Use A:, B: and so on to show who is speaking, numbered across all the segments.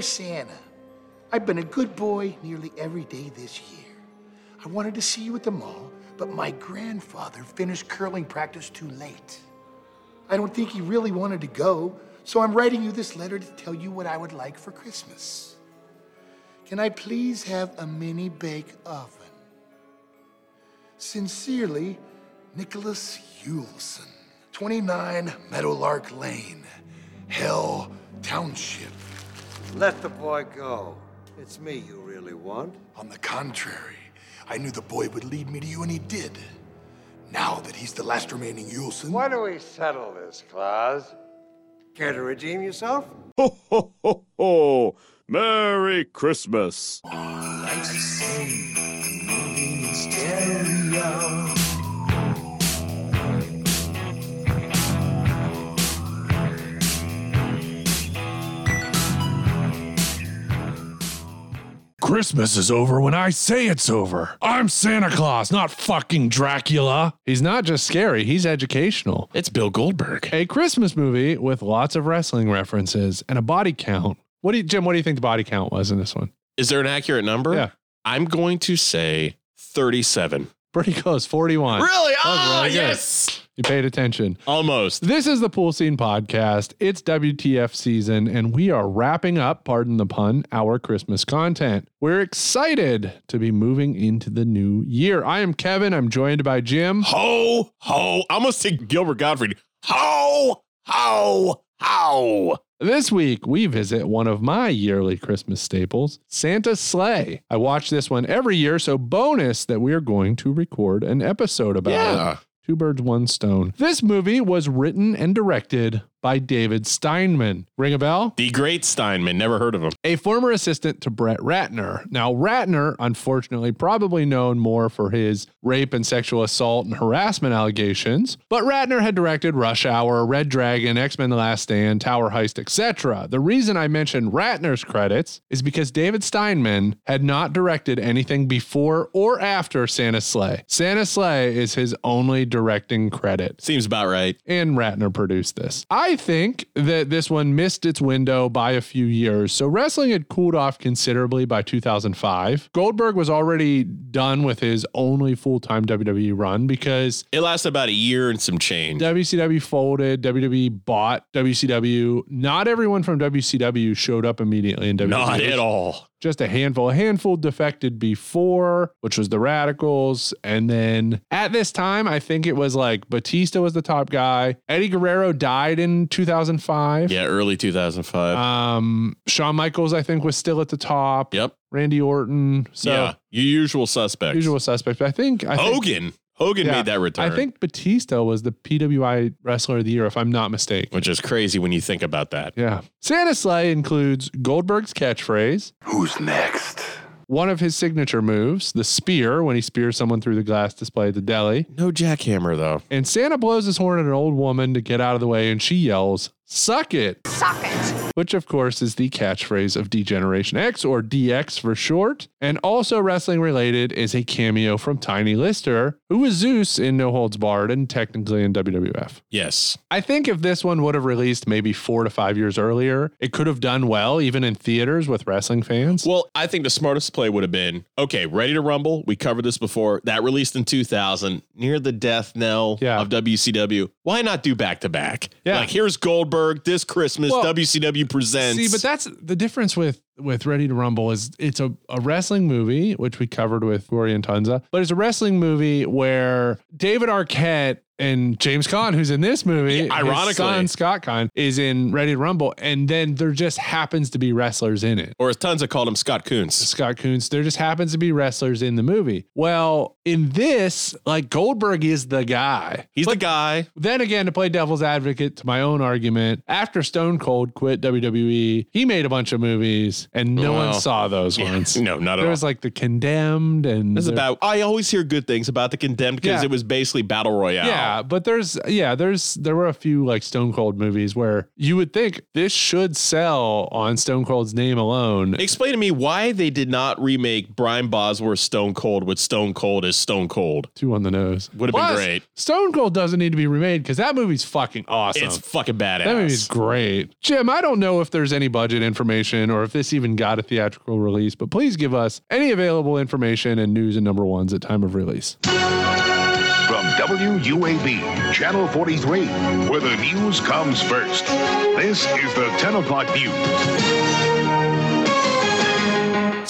A: Santa, I've been a good boy nearly every day this year. I wanted to see you at the mall, but my grandfather finished curling practice too late. I don't think he really wanted to go, so I'm writing you this letter to tell you what I would like for Christmas. Can I please have a mini bake oven? Sincerely, Nicholas Yuleson, 29 Meadowlark Lane, Hell Township.
B: Let the boy go. It's me you really want.
A: On the contrary, I knew the boy would lead me to you, and he did. Now that he's the last remaining Yuleson.
B: Why don't we settle this, Claus? Care to redeem yourself?
C: Ho, ho, ho, ho! Merry Christmas!
D: Christmas is over when I say it's over. I'm Santa Claus, not fucking Dracula.
E: He's not just scary, he's educational.
D: It's Bill Goldberg.
E: A Christmas movie with lots of wrestling references and a body count. What do you, Jim, what do you think the body count was in this one?
D: Is there an accurate number?
E: Yeah.
D: I'm going to say 37.
E: Pretty close, 41.
D: Really?
E: was
D: Ah,
E: really good.
D: yes.
E: You paid attention.
D: Almost.
E: This is the Pool Scene Podcast. It's WTF season, and we are wrapping up, pardon the pun, our Christmas content. We're excited to be moving into the new year. I am Kevin. I'm joined by Jim.
D: Ho, ho. I almost said Gilbert Gottfried. Ho, ho, ho.
E: This week, we visit one of my yearly Christmas staples, Santa's Sleigh. I watch this one every year, so bonus that we are going to record an episode about it.
D: Yeah.
E: Two birds, one stone. This movie was written and directed by David Steinman. Ring a bell?
D: The great Steinman. Never heard of him.
E: a former assistant to Brett Ratner. Now, Ratner, unfortunately, probably known more for his rape and sexual assault and harassment allegations, but Ratner had directed Rush Hour, Red Dragon, X Men The Last Stand, Tower Heist, etc. The reason I mentioned Ratner's credits is because David Steinman had not directed anything before or after Santa Sleigh. Santa Sleigh is his only directing credit
D: Seems about right.
E: and Ratner produced this. I think that this one missed its window by a few years. So wrestling had cooled off considerably by 2005. Goldberg was already done with his only full time WWE E run because
D: It lasted about a year and some change.
E: WCW folded, WWE bought WCW. Not everyone from WCW showed up immediately in WWE.
D: Not at all.
E: Just a handful. A handful defected before, which was the Radicals. And then at this time, I think it was like Batista was the top guy. Eddie Guerrero died in 2005.
D: Yeah, early 2005.
E: Um, Shawn Michaels, I think, was still at the top.
D: yep.
E: Randy Orton. So
D: yeah. Your usual suspects.
E: usual suspects. But I think I think,
D: Hogan. Hogan
E: Yeah.
D: made that return.
E: I think Batista was the PWI wrestler of the year, if I'm not mistaken.
D: which is crazy when you think about that.
E: Yeah. Santa Sleigh includes Goldberg's catchphrase,
A: Who's next?
E: one of his signature moves, the spear, when he spears someone through the glass display at the deli.
D: No jackhammer though.
E: And Santa blows his horn at an old woman to get out of the way, and she yells, Suck it! Suck it! Which, of course, is the catchphrase of Degeneration X, or DX for short. And also wrestling related is a cameo from Tiny Lister, who was Zeus in No Holds Barred and technically in WWF.
D: Yes.
E: I think if this one would have released maybe four to five years earlier, it could have done well, even in theaters with wrestling fans.
D: Well, I think the smartest play would have been okay, Ready to Rumble. We covered this before. That released in 2000, near the death knell
E: Yeah.
D: of WCW. Why not do back to back?
E: Yeah.
D: Like, here's Goldberg this Christmas,
E: Well,
D: WCW presents.
E: See, but that's the difference with with Ready to Rumble is it's a, a wrestling movie, which we covered with Rory and Tunza, but it's a wrestling movie where David Arquette and James Caan, who's in this movie,
D: Yeah,
E: his
D: ironically.
E: son Scott Caan is in Ready to Rumble, and then there just happens to be wrestlers in it.
D: or as tons of called him Scott Coons.
E: Scott Coons, there just happens to be wrestlers in the movie. Well, in this, like Goldberg is the guy.
D: He's the guy.
E: Then again, to play devil's advocate to my own argument, after Stone Cold quit WWE, he made a bunch of movies and no
D: Well,
E: one saw those
D: yeah,
E: ones.
D: no, not at
E: There
D: all.
E: was like The Condemned and
D: This is
E: there-
D: about. I always hear good things about the condemned because
E: Yeah.
D: it was basically battle royale.
E: yeah, Yeah, but there's yeah, there's there were a few like Stone Cold movies where you would think this should sell on Stone Cold's name alone.
D: Explain to me why they did not remake Brian Bosworth's Stone Cold with Stone Cold as Stone Cold.
E: Two on the nose
D: Would've been great.
E: Stone Cold doesn't need to be remade because that movie's fucking awesome.
D: It's fucking badass.
E: That movie's great. Jim, I don't know if there's any budget information or if this even got a theatrical release, but please give us any available information and news and number ones at time of release.
F: From WUAB, Channel 43, where the news comes first. This is the 10 o'clock news.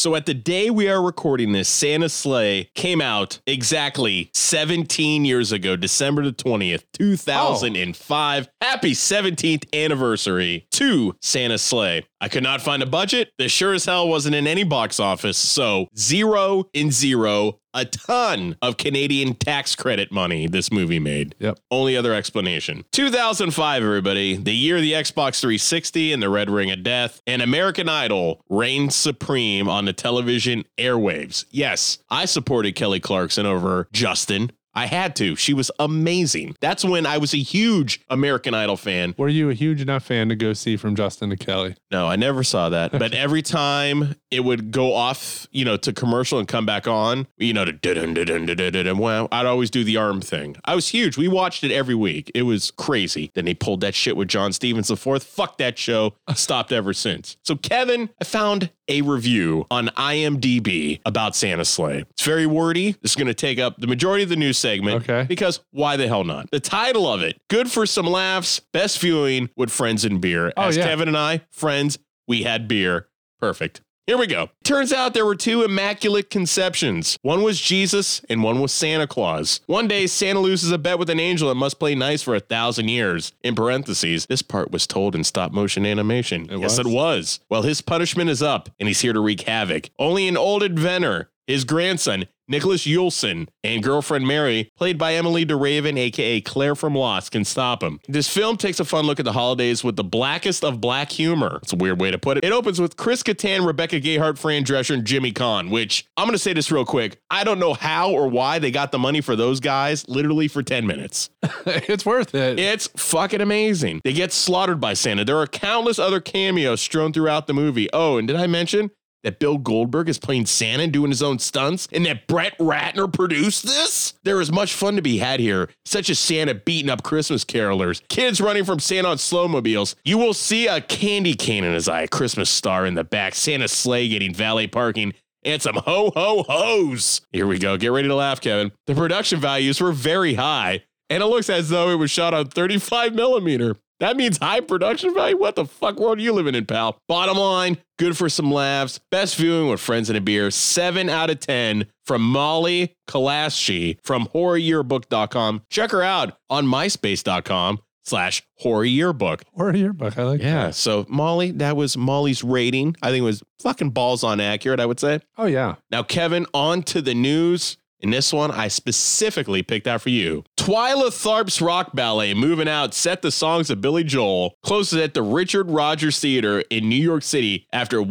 D: So at the day we are recording this, Santa Sleigh came out exactly 17 years ago, December the 20th, 2005. Happy 17th anniversary to Santa Sleigh. I could not find a budget. This sure as hell wasn't in any box office. So zero in zero. A ton of Canadian tax credit money this movie made.
E: Yep.
D: Only other explanation. 2005, everybody, the year the Xbox 360 and the Red Ring of Death and American Idol reigned supreme on the television airwaves. Yes, I supported Kelly Clarkson over Justin. I had to. She was amazing. That's when I was a huge American Idol fan.
E: Were you a huge enough fan to go see from Justin to Kelly?
D: No, I never saw that. But every time it would go off, you know, to commercial and come back on, you know, to dun dun dun dun dun. Well, I'd always do the arm thing. I was huge. We watched it every week. It was crazy. Then they pulled that shit with John Stevens the fourth. Fuck that show. Stopped ever since. So Kevin, I found a review on IMDb about Santa Sleigh. It's very wordy. It's going to take up the majority of the news segment.
E: Okay.
D: Because why the hell not? The title of it, good for some laughs, best viewing with friends and beer.
E: Oh,
D: As
E: yeah.
D: Kevin and I, friends, we had beer. Perfect. Here we go. Turns out there were two immaculate conceptions. One was Jesus and one was Santa Claus. One day, Santa loses a bet with an angel and must play nice for a thousand years. In parentheses, this part was told in stop motion animation. yes,
E: was?
D: it was. Well, his punishment is up and he's here to wreak havoc. Only an old inventor, his grandson, Nicholas Yulson and girlfriend Mary, played by Emily DeRaven, aka Claire from Lost, can stop him. This film takes a fun look at the holidays with the blackest of black humor. It's a weird way to put it. It opens with Chris Kattan, Rebecca Gayhart, Fran Drescher, and Jimmy Kahn, which I'm going to say this real quick. I don't know how or why they got the money for those guys literally for 10 minutes.
E: it's worth it.
D: It's fucking amazing. They get slaughtered by Santa. There are countless other cameos strewn throughout the movie. Oh, and did I mention that Bill Goldberg is playing Santa and doing his own stunts and that Brett Ratner produced this? There is much fun to be had here, such as Santa beating up Christmas carolers, kids running from Santa on slowmobiles. You will see a candy cane in his eye, a Christmas star in the back, Santa's sleigh getting valet parking, and some ho ho ho's. Here we go. Get ready to laugh, Kevin. The production values were very high, and it looks as though it was shot on 35 millimeter. That means high production value. What the fuck world are you living in, pal? Bottom line, good for some laughs. Best viewing with friends and a beer. Seven out of ten from Molly Kalashi from horroryearbook.com. Check her out on myspace.com slash horror yearbook.
E: Or a yearbook. I like
D: Yeah.
E: that.
D: So Molly, that was Molly's rating. I think it was fucking balls on accurate, I would say.
E: Oh, yeah.
D: Now, Kevin, on to the news. In this one, I specifically picked out for you. Twyla Tharp's rock ballet, Moving Out, set the songs of Billy Joel, closes at the Richard Rogers Theater in New York City after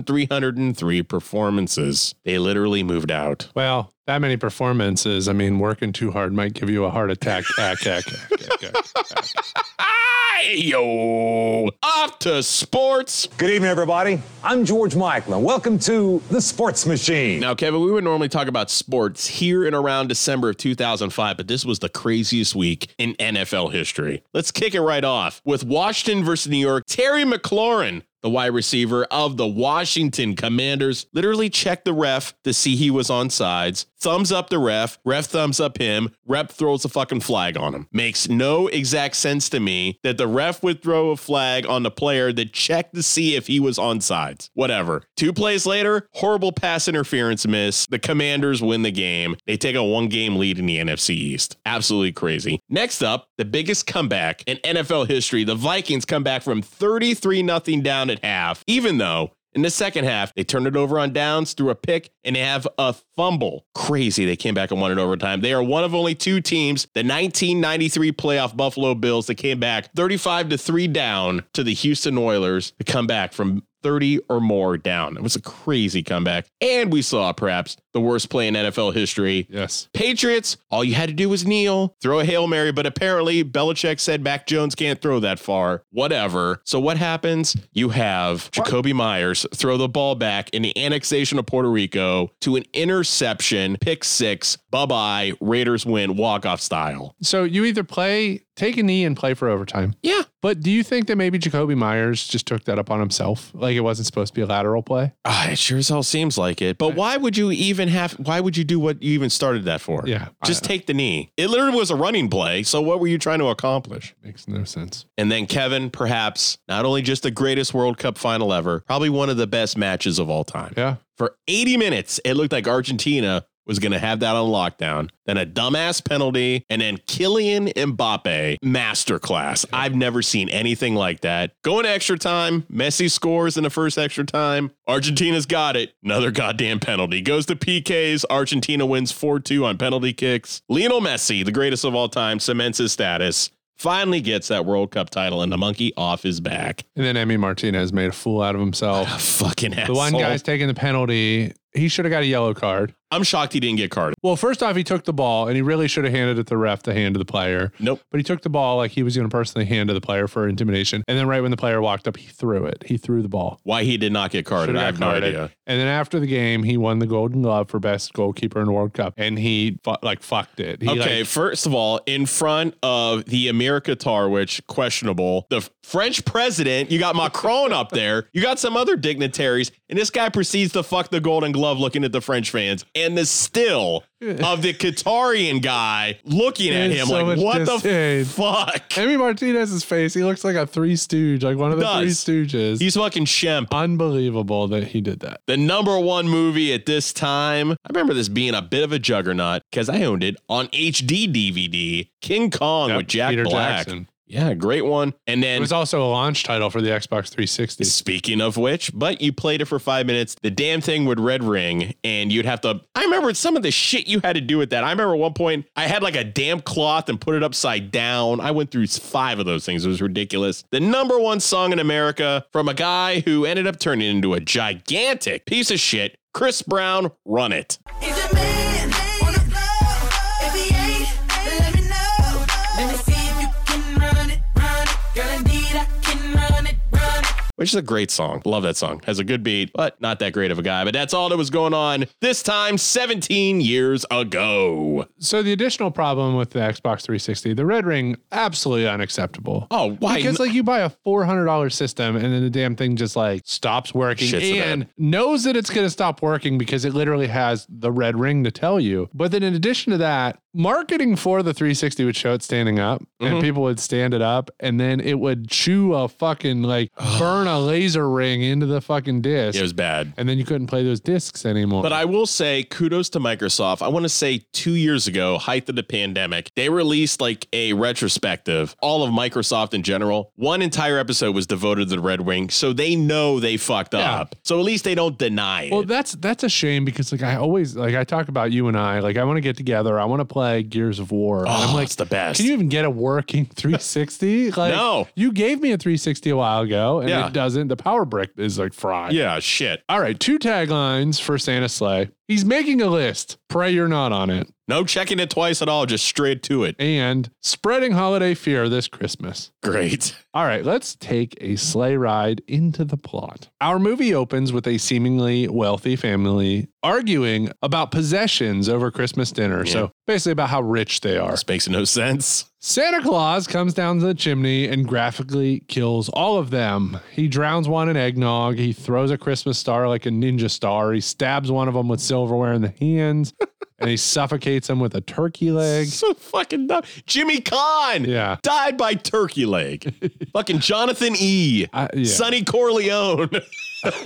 D: 1,303 performances. They literally moved out.
E: Well, that many performances. I mean, working too hard might give you a heart attack. Ack, ack, ack, ack, ack.
D: Ayo! Off to sports.
G: Good evening, everybody. I'm George Michael, and welcome to The Sports Machine.
D: Now, Kevin, we would normally talk about sports here and around December of 2005, but this was the craziest week in NFL history. Let's kick it right off with Washington versus New York. Terry McLaurin, the wide receiver of the Washington Commanders, literally checked the ref to see he was on sides. Thumbs up the ref, ref thumbs up him, rep throws a fucking flag on him. Makes no exact sense to me that the ref would throw a flag on the player that checked to see if he was on sides. Whatever. Two plays later, horrible pass interference miss. The Commanders win the game. They take a one game lead in the NFC East. Absolutely crazy. Next up, the biggest comeback in NFL history. The Vikings come back from 33 0 down at half, even though in the second half, they turned it over on downs through a pick and they have a fumble. Crazy. They came back and won in overtime. They are one of only two teams, the 1993 playoff Buffalo Bills, that came back 35 to 3 down to the Houston Oilers to come back from 30 or more down. It was a crazy comeback. And we saw perhaps the worst play in NFL history.
E: Yes.
D: Patriots, all you had to do was kneel, throw a Hail Mary, but apparently Belichick said Mac Jones can't throw that far. Whatever. So what happens? You have Jacoby Myers throw the ball back in the annexation of Puerto Rico to an interception, pick six, bye bye, Raiders win walk off style.
E: So you either play, take a knee and play for overtime.
D: Yeah.
E: But do you think that maybe Jacoby Myers just took that up on himself? Like it wasn't supposed to be a lateral play?
D: Ah, it sure as hell seems like it. But why would you even have? Why would you do what you even started that for?
E: Yeah.
D: Just take the knee. It literally was a running play. So what were you trying to accomplish?
E: Makes no sense.
D: And then Kevin, perhaps not only just the greatest World Cup final ever, probably one of the best matches of all time.
E: Yeah.
D: For 80 minutes, it looked like Argentina was going to have that on lockdown. Then a dumbass penalty, and then Kylian Mbappe masterclass. I've never seen anything like that. Going to extra time, Messi scores in the first extra time. Argentina's got it. Another goddamn penalty. Goes to PKs. Argentina wins 4 2 on penalty kicks. Lionel Messi, the greatest of all time, cements his status. Finally gets that World Cup title and the monkey off his back.
E: And then Emmy Martinez made a fool out of himself.
D: A fucking
E: The
D: asshole.
E: one guy's taking the penalty. He should have got a yellow card.
D: I'm shocked he didn't get carded.
E: Well, first off, he took the ball and he really should have handed it to the ref to hand to the player.
D: Nope.
E: But he took the ball like he was going to personally hand to the player for intimidation. And then right when the player walked up, he threw it. He threw the ball.
D: Why he did not get carded,
E: Should've
D: I
E: got
D: have
E: carded.
D: no idea.
E: And then after the game, he won the Golden Glove for best goalkeeper in World Cup, and he fu- like fucked it. He,
D: okay,
E: like,
D: first of all, in front of the America Qatar, which questionable, the French president, you got Macron up there, you got some other dignitaries, and this guy proceeds to fuck the Golden Glove looking at the French fans, and the still of the Qatarian guy looking at
E: There's
D: him
E: so
D: like,
E: much
D: what
E: disdain."
D: the fuck?
E: Emmy Martinez's face. He looks like a Three Stooge, like one of the
D: Does.
E: Three Stooges.
D: He's fucking Shemp.
E: unbelievable that he did that.
D: The number one movie at this time. I remember this being a bit of a juggernaut because I owned it on HD DVD. King Kong
E: Yep,
D: with Jack
E: Peter
D: Black.
E: Jackson.
D: Yeah, great one. And
E: It
D: then
E: was also a launch title for the Xbox 360.
D: Speaking of which, but you played it for five minutes, the damn thing would red ring, and you'd have to. I remember some of the shit you had to do with that. I remember at one point I had like a damn cloth and put it upside down. I went through five of those things. It was ridiculous. The number one song in America from a guy who ended up turning into a gigantic piece of shit. Chris Brown, run it.
H: Is your man on the floor? If he ain't, let me know. Let me see if you can run it, run it. Girl, indeed, I can run it, run it.
D: which is a great song. Love that song. Has a good beat, but not that great of a guy. But that's all that was going on this time 17 years ago.
E: So the additional problem with the Xbox 360, the red ring, absolutely unacceptable.
D: Oh, why?
E: Because like you buy a four hundred dollar system and then the damn thing just like stops working
D: Shits the
E: and
D: bed.
E: knows that it's gonna stop working because it literally has the red ring to tell you. But then in addition to that, marketing for the 360 would show it standing up
D: Mm-hmm.
E: and people would stand it up and then it would chew a fucking like burn a laser ring into the fucking disc.
D: it was bad.
E: and then you couldn't play those discs anymore.
D: But I will say kudos to Microsoft. I want to say two years ago, height of the pandemic, they released like a retrospective, all of Microsoft in general. One entire episode was devoted to the Red Wing, so they know they fucked
E: Yeah.
D: up. So at least they don't deny it.
E: Well, that's that's a shame because like I always like I talk about you and I like I want to get together. I want to play Gears of War. and
D: Oh,
E: I'm like
D: it's the best.
E: Can you even get a working 360? Like,
D: No.
E: You gave me a 360 a while ago, and
D: Yeah.
E: it doesn't. The power brick is like fried.
D: yeah, shit.
E: All right, two taglines for Santa Sleigh. He's making a list. Pray you're not on it.
D: No checking it twice at all, just straight to it.
E: And spreading holiday fear this Christmas.
D: Great.
E: All right, let's take a sleigh ride into the plot. Our movie opens with a seemingly wealthy family arguing about possessions over Christmas dinner. So basically, about how rich they are.
D: This makes no sense.
E: Santa Claus comes down the chimney and graphically kills all of them. He drowns one in eggnog. He throws a Christmas star like a ninja star. He stabs one of them with silverware in the hands, and he suffocates him with a turkey leg.
D: So fucking dumb. Jimmy Kahn
E: Yeah.
D: died by turkey leg. fucking Jonathan E.
E: I- Uh, yeah.
D: Sonny Corleone.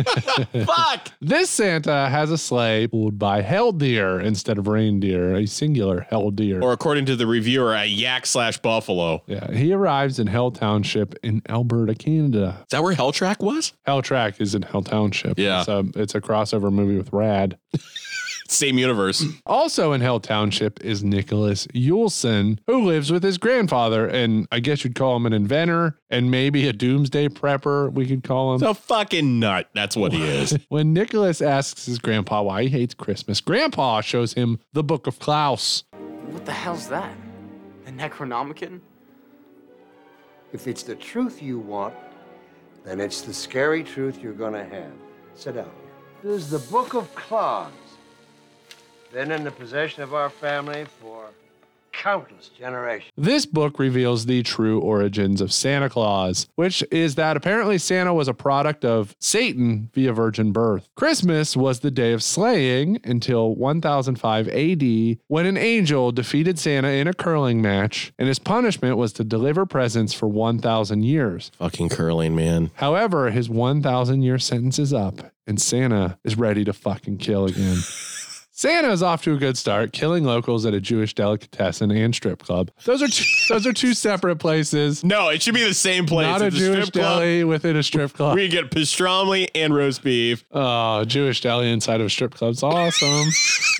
D: Fuck.
E: This Santa has a sleigh pulled by helldeer instead of reindeer, a singular helldeer.
D: Or according to the reviewer, a yak slash buffalo.
E: yeah, he arrives in Hell Township in Alberta, Canada.
D: Is that where Helltrack was?
E: Hell Track is in Hell Township.
D: Yeah.
E: It's a, it's a crossover movie with Rad.
D: Same universe.
E: Also in Hell Township is Nicholas Yulson, who lives with his grandfather, and I guess you'd call him an inventor and maybe a doomsday prepper, we could call him.
D: It's a fucking nut. That's what he is.
E: when Nicholas asks his grandpa why he hates Christmas, grandpa shows him the Book of Klaus.
I: What the hell's that? The Necronomicon?
B: If it's the truth you want, then it's the scary truth you're gonna have. Sit down. This is the Book of Claws. Been in the possession of our family for countless generations.
E: This book reveals the true origins of Santa Claus, which is that apparently Santa was a product of Satan via virgin birth. Christmas was the day of slaying until 1005 AD, when an angel defeated Santa in a curling match, and his punishment was to deliver presents for 1,000 years.
D: fucking curling, man.
E: However, his 1,000 year sentence is up, and Santa is ready to fucking kill again. Santa is off to a good start, killing locals at a Jewish delicatessen and strip club. Those are two, those are two separate places.
D: No, it should be the same place.
E: Not a
D: It's
E: Jewish
D: strip club.
E: deli within a strip club.
D: We get pastrami and roast beef.
E: oh, Jewish deli inside of a strip club's awesome.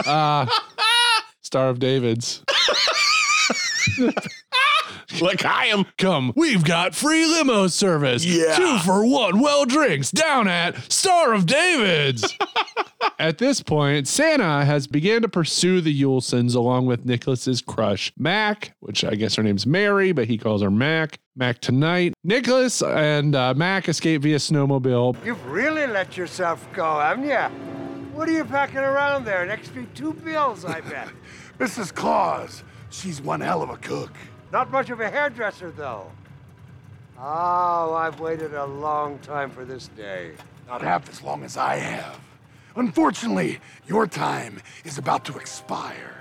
E: uh, Star of David's.
D: Like I am.
E: Come, we've got free limo service.
D: Yeah.
E: Two for one well drinks down at Star of David's. at this point, Santa has began to pursue the Yulsons along with Nicholas's crush, Mac, which I guess her name's Mary, but he calls her Mac. Mac tonight. Nicholas and uh, Mac escape via snowmobile.
B: You've really let yourself go, haven't you? What are you packing around there? An extra two bills, I bet.
A: Mrs. Claus, she's one hell of a cook.
B: Not much of a hairdresser, though. Oh, I've waited a long time for this day.
A: Not half as long as I have. Unfortunately, your time is about to expire.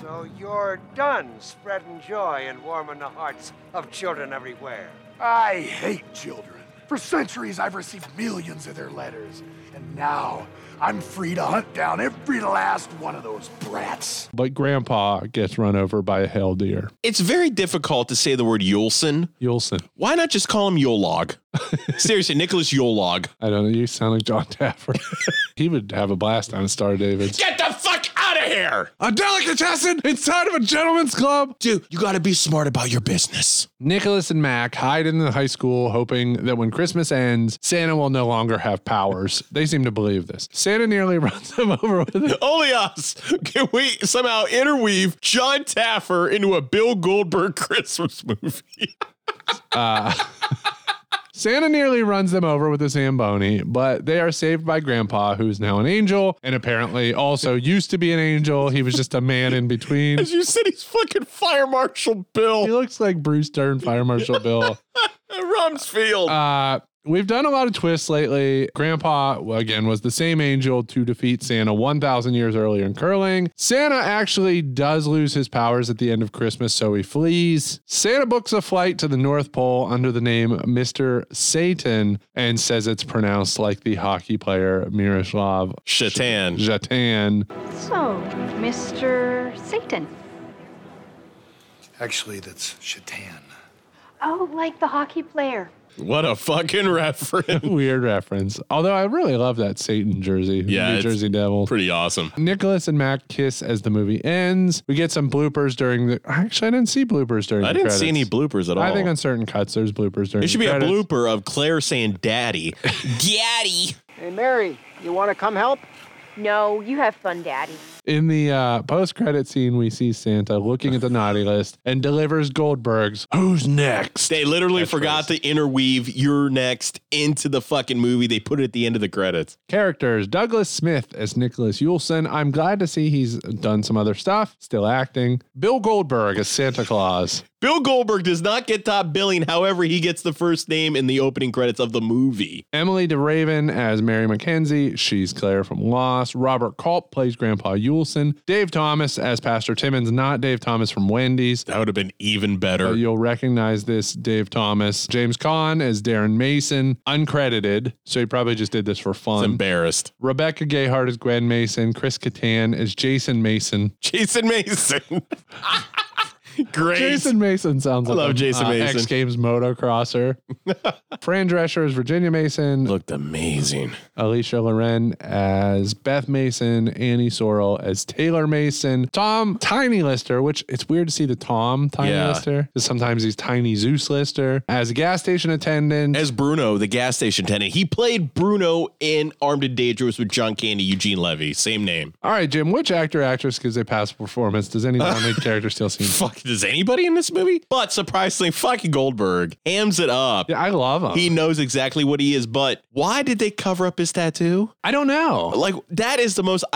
B: So you're done spreading joy and warming the hearts of children everywhere.
A: I hate children. For centuries, I've received millions of their letters, and now I'm free to hunt down every last one of those brats.
E: But Grandpa gets run over by a hell deer.
D: It's very difficult to say the word Yulson.
E: Yulson.
D: Why not just call him Yolog? Seriously, Nicholas Yolog.
E: I don't know. You sound like John Taffer. he would have a blast on Star of David's.
D: Get the fuck out of here!
E: A delicatessen inside of a gentleman's club.
D: Dude, you gotta be smart about your business.
E: Nicholas and Mac hide in the high school, hoping that when Christmas ends, Santa will no longer have powers. They seem to believe this. Santa nearly runs them over with a
D: Only us can we somehow interweave John Taffer into a Bill Goldberg Christmas movie.
E: Santa nearly runs them over with a Zamboni, but they are saved by Grandpa, who's now an angel and apparently also used to be an angel. He was just a man in between.
D: As you said, he's fucking Fire Marshal
E: He
D: Bill
E: looks like Bruce Dern, Fire Marshal Bill.
D: Rumsfeld.
E: Uh, we've done a lot of twists lately. Grandpa, well, again, was the same angel to defeat Santa 1,000 years earlier in curling. Santa actually does lose his powers at the end of Christmas, so he flees. Santa books a flight to the North Pole under the name Mr. Satan and says it's pronounced like the hockey player Miroslav
D: Shatan.
E: Jatan.
J: So, Mr. Satan.
A: Actually, that's Shatan.
J: Oh, like the hockey player.
D: What a fucking reference.
E: Weird reference. Although I really love that Satan jersey.
D: Yeah,
E: New
D: it's
E: Jersey Devil.
D: Pretty awesome.
E: Nicholas and Mac kiss as the movie ends. We get some bloopers during the. Actually, I didn't see bloopers during.
D: I
E: the
D: didn't see
E: credits.
D: any bloopers at all.
E: I think on certain cuts there's bloopers during.
D: It should be
E: the
D: a
E: credits.
D: blooper of Claire saying daddy. daddy.
B: Hey, Mary, you want to come help?
J: No, you have fun, Daddy.
E: In the uh, post-credit scene, we see Santa looking at the naughty list and delivers Goldberg's "Who's next?"
D: They literally forgot to interweave your next into the fucking movie. They put it at the end of the credits.
E: Characters Douglas Smith as Nicholas Yulson. I'm glad to see he's done some other stuff, still acting. Bill Goldberg as Santa Claus.
D: Bill Goldberg does not get top billing. However, he gets the first name in the opening credits of the movie.
E: Emily DeRaven as Mary McKenzie. She's Claire from Lost. Robert Culp plays Grandpa Yulson. Dave Thomas as Pastor Timmons, not Dave Thomas from Wendy's.
D: That would have been even better.
E: Uh, You'll recognize this Dave Thomas. James Caan as Darren Mason, uncredited. So he probably just did this for
D: It's
E: fun.
D: embarrassed.
E: Rebecca Gayheart as Gwen Mason. Chris Kattan as Jason Mason.
D: Jason Mason. Great.
E: Jason Mason sounds
D: I
E: like
D: love
E: a,
D: Jason
E: uh,
D: Mason.
E: X Games motocrosser. Fran Drescher is Virginia Mason.
D: Looked amazing.
E: Alicia Loren as Beth Mason, Annie Sorrell as Taylor Mason, Tom Tiny Lister, which it's weird to see the Tom Tiny
D: Yeah.
E: Lister 'cause sometimes he's Tiny Zeus Lister as a gas station attendant.
D: As Bruno, the gas station tenant, he played Bruno in Armed and Dangerous with John Candy, Eugene Levy, same name.
E: All right, Jim, which actor actress gives a pass performance? Does any non-lead character still seem?
D: Fuck, does anybody in this movie? But surprisingly, fucking Goldberg hams it up.
E: Yeah, I love him.
D: He knows exactly what he is, but why did they cover up his tattoo?
E: I don't know.
D: Like that is the most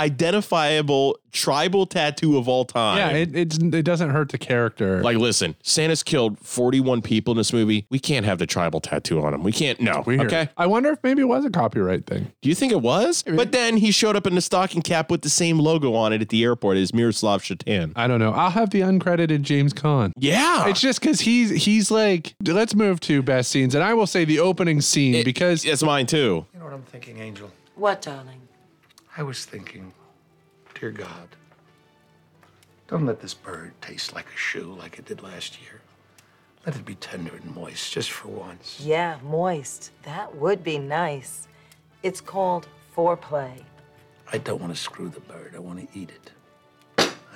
D: identifiable tribal tattoo of all time.
E: Yeah, it, it's it doesn't hurt the character.
D: like, listen, Santa's killed 41 people in this movie. We can't have the tribal tattoo on him. We can't. No.
E: Weird.
D: Okay.
E: I wonder if maybe it was a copyright thing.
D: Do you think it was? But then he showed up in the stocking cap with the same logo on it at the airport as Miroslav Shatan.
E: I don't know. I'll have the uncredited James Caan.
D: Yeah.
E: It's just because he's he's like, let's move to best scenes, and I will say the opening scene because
D: it's mine too.
A: You know what I'm thinking, Angel?
K: What, darling?
A: I was thinking, dear God, don't let this bird taste like a shoe like it did last year. Let it be tender and moist just for once.
K: Yeah, moist. That would be nice. It's called foreplay.
A: I don't want to screw the bird. I want to eat it.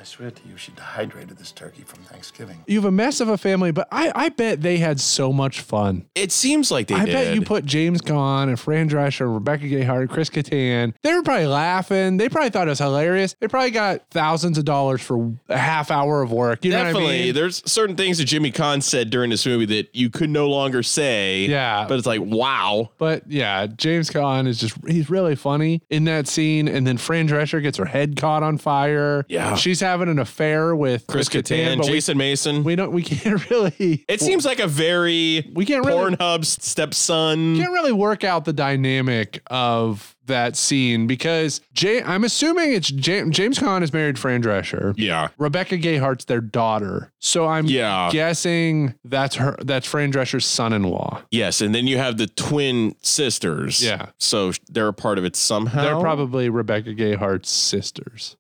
A: I swear to you, she dehydrated this turkey from Thanksgiving.
E: you have a mess of a family, but I I bet they had so much fun.
D: It seems like they
E: I
D: did.
E: bet you put James Caan and Fran Drescher, Rebecca Gayheart, Chris Kattan. They were probably laughing. They probably thought it was hilarious. They probably got thousands of dollars for a half hour of work. You
D: Definitely.
E: know what I mean?
D: There's certain things that Jimmy Kahn said during this movie that you could no longer say.
E: Yeah.
D: But it's like, wow.
E: But yeah, James Caan is just he's really funny in that scene. And then Fran Drescher gets her head caught on fire.
D: Yeah.
E: She's having an affair with
D: Chris Kattan,
E: but we-
D: Jason Mason.
E: we don't we can't really
D: it seems like a very
E: We can't really-
D: Pornhub stepson.
E: can't really work out the dynamic of that scene because Jay, I'm assuming it's Ja- James Caan is married to Fran Drescher.
D: yeah.
E: Rebecca Gayheart's their daughter. So I'm
D: Yeah.
E: guessing that's her that's Fran Drescher's son-in-law.
D: Yes. And then you have the twin sisters.
E: Yeah.
D: So they're a part of it somehow.
E: They're probably Rebecca Gayheart's sisters.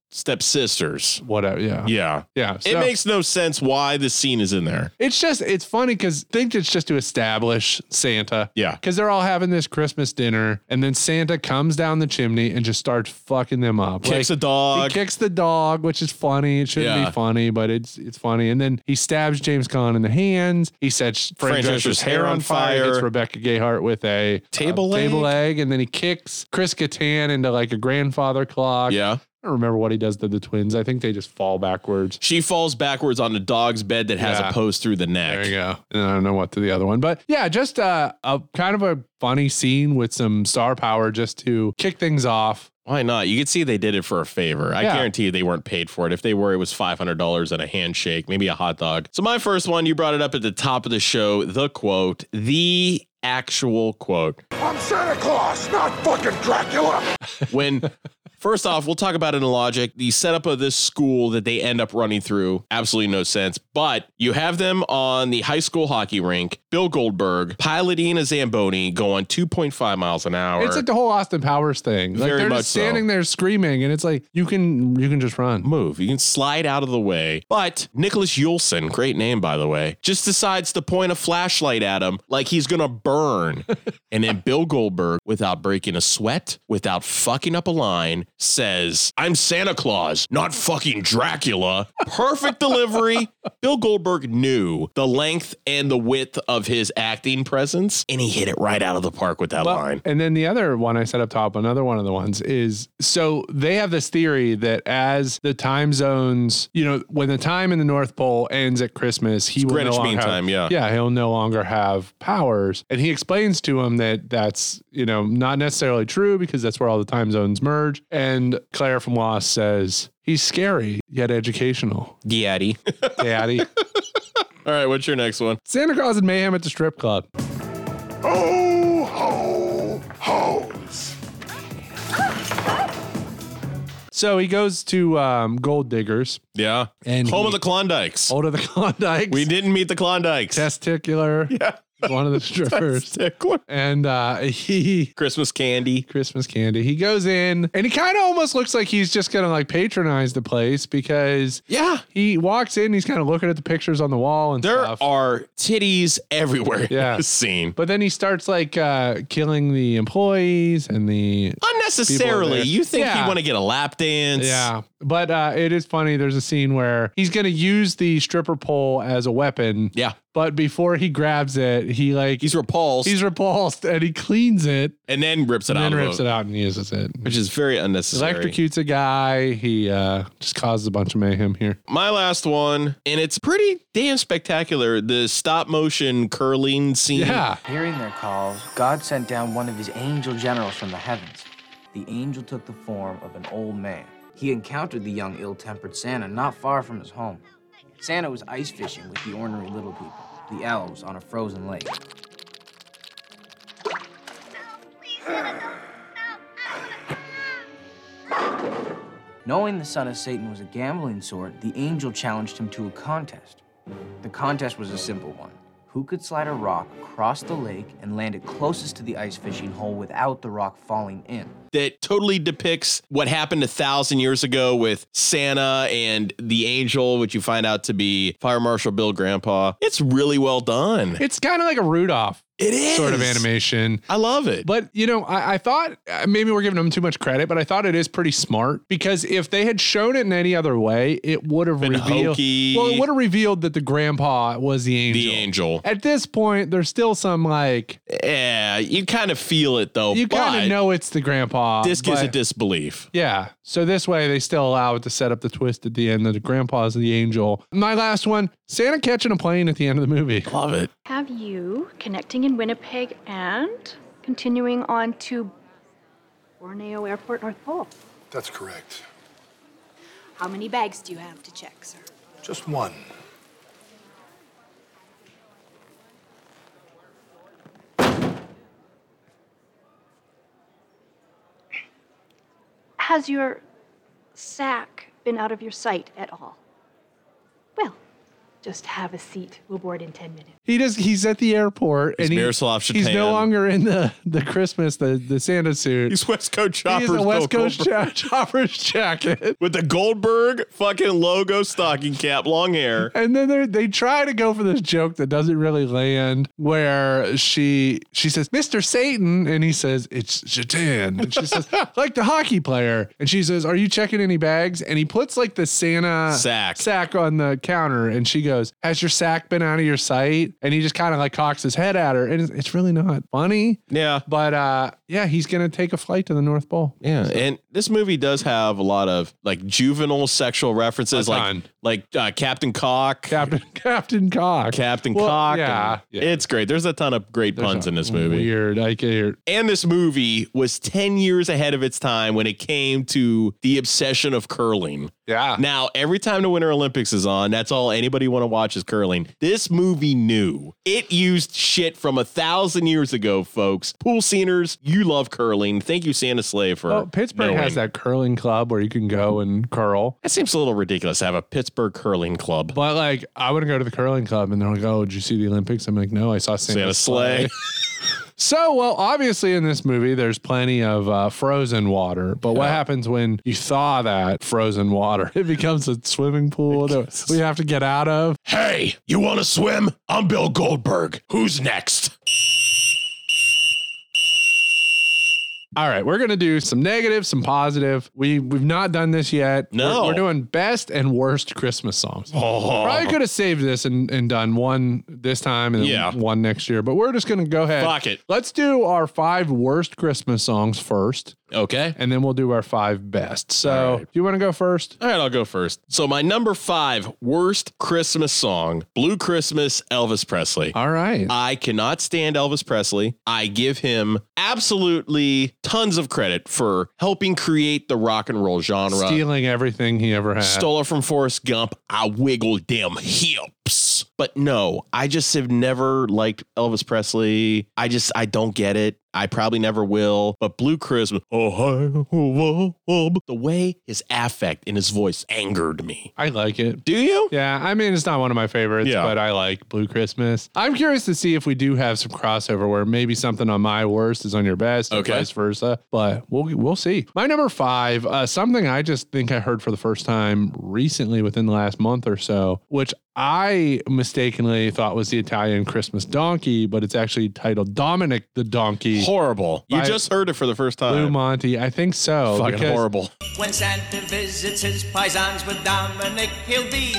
D: stepsisters.
E: Whatever. Yeah.
D: Yeah.
E: Yeah,
D: It
E: so-
D: makes no sense why this scene is in there.
E: It's just it's funny because think it's just to establish Santa.
D: Yeah.
E: Because they're all having this Christmas dinner, and then Santa comes down the chimney and just starts fucking them up.
D: Kicks
E: Like,
D: a dog.
E: He kicks the dog, which is funny. It shouldn't
D: Yeah.
E: be funny, but it's it's funny. And then he stabs James Caan in the hands. He sets Fran
D: Fran
E: Drescher's hair on fire. Hits Rebecca Gayhart with a
D: Table
E: uh,
D: leg?
E: table leg, and then he kicks Chris Kattan into like a grandfather clock.
D: Yeah.
E: I don't remember what he does to the twins. I think they just fall backwards.
D: She falls backwards on the dog's bed that has
E: Yeah.
D: a post through the neck.
E: There you go. And I don't know what to the other one, but yeah, just uh, a kind of a funny scene with some star power just to kick things off.
D: Why not? You could see they did it for a favor. I
E: Yeah.
D: guarantee they weren't paid for it. If they were, it was $500 and a handshake, maybe a hot dog. So, my first one, you brought it up at the top of the show the quote, the actual quote.
F: I'm Santa Claus, not fucking Dracula.
D: When, first off, we'll talk about it in logic. The setup of this school that they end up running through, absolutely no sense. But you have them on the high school hockey rink, Bill Goldberg piloting a Zamboni going 2.5 miles an hour.
E: It's like the whole Austin Powers thing. Like
D: Very
E: they're
D: much
E: just
D: so.
E: standing there screaming, and it's like you can you can just run.
D: move. You can slide out of the way. But Nicholas Yulson, great name by the way, just decides to point a flashlight at him like he's gonna burn. and then Bill Goldberg, without breaking a sweat, without fucking up a line, says, "I'm Santa Claus, not fucking Dracula." Perfect delivery. Bill Goldberg knew the length and the width of his acting presence, and he hit it right out of the park with that
E: Well,
D: line.
E: And then the other one I set up top, another one of the ones is so they have this theory that as the time zones, you know, when the time in the North Pole ends at Christmas, he will
D: Greenwich
E: no
D: Mean
E: longer
D: Time, yeah.
E: have, yeah, he'll no longer have powers. And he explains to him that that's you know not necessarily true because that's where all the time zones merge. And Claire from Lost says he's scary yet educational,
D: Yaddy.
E: daddy.
D: All right, what's your next one?
E: Santa Claus and mayhem at the strip club.
F: Ho, ho, hoes.
E: So he goes to um, Gold Diggers,
D: Yeah.
E: And
D: Home of
E: he- Oh,
D: the Klondikes.
E: old of the Klondikes.
D: We didn't meet the Klondikes.
E: testicular. Yeah. one of the strippers. and uh, he
D: Christmas candy.
E: Christmas candy. He goes in and he kind of almost looks like he's just gonna like patronize the place because
D: yeah,
E: he walks in. He's kind of looking at the pictures on the wall and
D: There
E: stuff.
D: are titties everywhere in this scene.
E: But then he starts like uh, killing the employees and the people in
D: Unnecessarily,
E: there.
D: you think
E: Yeah.
D: you want to get a lap dance?
E: Yeah, but uh, it is funny. There's a scene where he's going to use the stripper pole as a weapon.
D: Yeah.
E: But before he grabs it, he like
D: He's repulsed.
E: he's repulsed and he cleans it,
D: and then rips it
E: and
D: out.
E: then
D: of
E: rips it out and uses it.
D: which is very unnecessary.
E: Electrocutes a guy. He uh, just causes a bunch of mayhem here.
D: My last one, and it's pretty damn spectacular. The stop motion curling scene.
L: Hearing their calls, God sent down one of his angel generals from the heavens. The angel took the form of an old man. He encountered the young, ill tempered Santa not far from his home. Santa was ice fishing with the ornery little people, the elves on a frozen lake. Knowing the son of Satan was a gambling sort, the angel challenged him to a contest. The contest was a simple one. Who could slide a rock across the lake and land it closest to the ice fishing hole without the rock falling in?
D: That totally depicts what happened a thousand years ago with Santa and the angel, which you find out to be Fire Marshal Bill Grandpa. It's really well done.
E: It's kind of like a Rudolph.
D: It is
E: sort of animation.
D: I love it.
E: But you know, I, I thought uh, maybe we're giving them too much credit, but I thought it is pretty smart because if they had shown it in any other way, it would have
D: Been
E: revealed.
D: hokey.
E: Well, it would have revealed that the grandpa was the angel.
D: The angel.
E: At this point, there's still some like
D: Yeah, you kind of feel it though.
E: you kind
D: Oh, but
E: of know it's the grandpa.
D: This gives a
E: but-
D: disbelief.
E: Yeah. So this way they still allow it to set up the twist at the end that the grandpa's the angel. My last one, Santa catching a plane at the end of the movie.
D: Love it.
J: Have you connecting in Winnipeg and continuing on to Borneo Airport, North Pole?
A: That's correct.
J: How many bags do you have to check, sir?
A: Just one.
J: Has your sack been out of your sight at all? Well, just have a seat. We'll board in 10 minutes.
E: He does. He's at the airport,
D: He's
E: and he-
D: Miroslav
E: he's
D: Shatan.
E: no longer in the the Christmas the the Santa suit.
D: He's West Coast Choppers.
E: He's a West
D: Bill
E: Coast
D: Goldberg.
E: Ch- Choppers jacket.
D: with the Goldberg fucking logo stocking cap, long hair.
E: And then they they try to go for this joke that doesn't really land, where she she says Mr. Satan, and he says it's Shatan, and she says like the hockey player, and she says Are you checking any bags? And he puts like the Santa
D: Sack.
E: sack on the counter, and she goes Has your sack been out of your sight? And he just kind of like cocks his head at her, and it's, it's really not funny.
D: Yeah.
E: But uh, yeah, he's gonna take a flight to the North Pole.
D: Yeah, and this movie does have a lot of like juvenile sexual references,
E: A
D: like
E: ton.
D: like uh, Captain Cock,
E: Captain Captain Cock,
D: Captain
E: Well,
D: Cock.
E: yeah,
D: and it's great. There's a ton of great puns in this movie.
E: Weird, I can't.
D: And this movie was ten years ahead of its time when it came to the obsession of curling.
E: Yeah.
D: Now every time the Winter Olympics is on, that's all anybody want to watch is curling. This movie knew it used shit from a thousand years ago, folks. Pool sceners, you love curling. Thank you, Santa Slave, for
E: Oh, Pittsburgh has
D: knowing.
E: that curling club where you can go and curl.
D: That seems a little ridiculous to have a Pittsburgh curling club.
E: But like, I wouldn't go to the curling club, and they're like, "Oh, did you see the Olympics?" I'm like, "No, I saw Santa,
D: Santa Slay.
E: So, well, obviously in this movie, there's plenty of uh, frozen water. But what happens when you thaw that frozen water? It becomes a swimming pool that we have to get out of.
D: hey, you want to swim? I'm Bill Goldberg. Who's next?
E: All right, we're gonna do some negative, some positive. We we've not done this yet.
D: No. Oh.
E: we're, we're doing best and worst Christmas songs. Probably could have saved this and, and done one this time and then
D: Yeah.
E: one next year, but we're just gonna go ahead.
D: Fuck it.
E: Let's do our five worst Christmas songs first,
D: Okay.
E: and then we'll do our five best. So, do you want to go first?
D: All right, I'll go first. So, my number five worst Christmas song Blue Christmas, Elvis Presley.
E: All right.
D: I cannot stand Elvis Presley. I give him absolutely tons of credit for helping create the rock and roll genre.
E: Stealing everything he ever had.
D: Stole it from Forrest Gump. I wiggled them hips. But no, I just have never liked Elvis Presley. I just I don't get it. I probably never will. But Blue Christmas, oh, hi, oh, oh, oh, the way his affect in his voice angered me.
E: I like it.
D: Do you?
E: Yeah, I mean it's not one of my favorites, but I like Blue Christmas. I'm curious to see if we do have some crossover where maybe something on my worst is on your best, and
D: Okay.
E: vice versa. But we'll we'll see. My number five, uh, something I just think I heard for the first time recently within the last month or so, which I mistakenly thought was the Italian Christmas donkey, but it's actually titled Dominic the Donkey.
D: Horrible. You
E: By
D: just heard it for the first time.
E: Blue Monty. I think so.
D: Fucking
E: because-
D: horrible.
M: When Santa visits his paisans with Dominic, he'll be.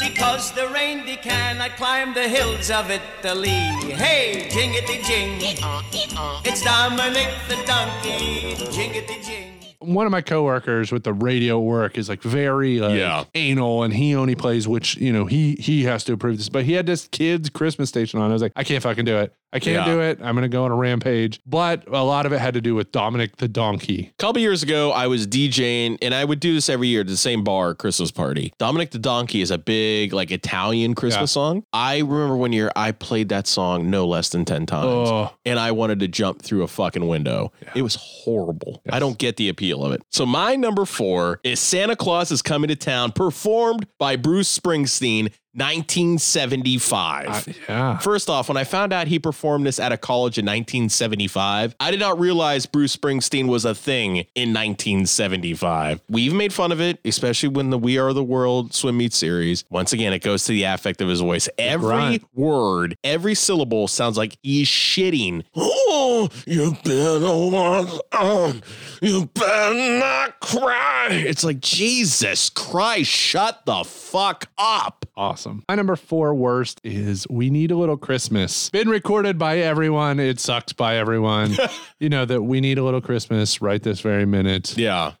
M: Because the reindeer cannot climb the hills of Italy. Hey, jingity jing. It's Dominic the donkey. Jingity jing.
E: one of my coworkers with the radio work is like very like anal and he only plays which you know he he has to approve this but he had this kids christmas station on i was like i can't fucking do it i can't
D: Yeah.
E: do it i'm gonna go on a rampage but a lot of it had to do with dominic the donkey
D: couple years ago, I was DJing, and I would do this every year at the same bar Christmas party. Dominic the Donkey is a big like Italian Christmas song. I remember one year I played that song no less than ten times,
E: Oh.
D: and I wanted to jump through a fucking window. It was horrible. I don't get the appeal of it. So my number four is Santa Claus is Coming to Town, performed by Bruce Springsteen. 1975.
E: yeah.
D: First off, when I found out he performed this at a college in 1975, I did not realize Bruce Springsteen was a thing in 1975. We've made fun of it, especially when the We Are the World swim meet series. Once again, it goes to the affect of his voice. Every
E: grunt.
D: word, every syllable sounds like he's shitting. Oh, you better walk on. You better not cry. It's like, Jesus Christ, shut the fuck up.
E: Awesome. My number four worst is We Need a Little Christmas. Been recorded by everyone. It sucks by everyone. you know that We Need a Little Christmas right this very minute.
D: Yeah.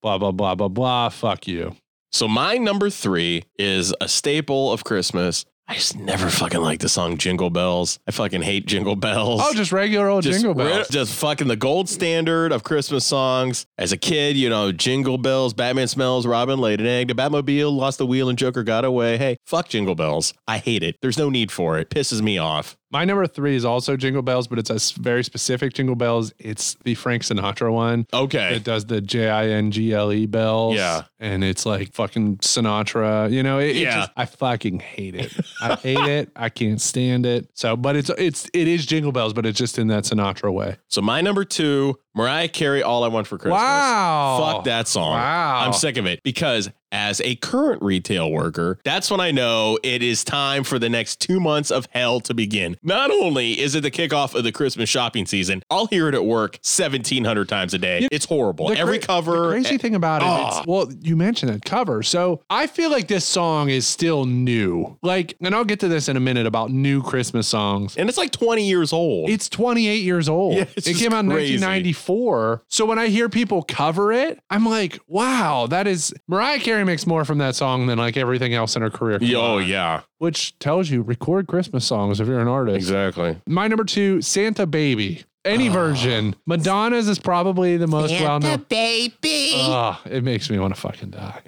E: Blah, blah, blah, blah, blah. Fuck you.
D: So my number three is a staple of Christmas. I just never fucking like the song Jingle Bells. I fucking hate Jingle Bells.
E: Oh, just regular old jingle
D: re-
E: bells.
D: Just fucking the gold standard of Christmas songs. As a kid, you know, Jingle Bells, Batman Smells, Robin laid an egg, the Batmobile lost the wheel, and Joker got away. Hey, fuck Jingle Bells. I hate it. There's no need for it. Pisses me off.
E: My number three is also Jingle Bells, but it's a s- very specific Jingle Bells. It's the Frank Sinatra one.
D: Okay.
E: It does the J I N G L E bells.
D: Yeah.
E: And it's like fucking Sinatra. You know, it, it
D: Yeah.
E: just, I fucking hate it. I hate it. I can't stand it. So, but it's, it's, it is Jingle Bells, but it's just in that Sinatra way.
D: So my number two, Mariah Carey, All I Want for Christmas.
E: Wow.
D: Fuck that song.
E: Wow.
D: I'm sick of it because as a current retail worker, that's when I know it is time for the next two months of hell to begin. Not only is it the kickoff of the Christmas shopping season, I'll hear it at work 1,700 times a day. it's horrible.
E: The
D: Every
E: cra-
D: cover.
E: The crazy thing about it,
D: Ah.
E: it's, well, you mentioned that cover. So I feel like this song is still new. Like, and I'll get to this in a minute about new Christmas songs.
D: And it's like 20 years old.
E: It's 28 years old.
D: Yeah,
E: it
D: it's
E: came
D: just
E: out in
D: crazy.
E: 1994. So when I hear people cover it, I'm like, wow, that is Mariah Carey makes more from that song than like everything else in her career.
D: Yeah, oh, yeah.
E: Which tells you record Christmas songs if you're an artist.
D: Exactly.
E: My number two, Santa Baby.
D: Ah.
E: Any version. Madonna's is probably the most well known.
D: baby.
E: Oh, it makes me want to fucking die.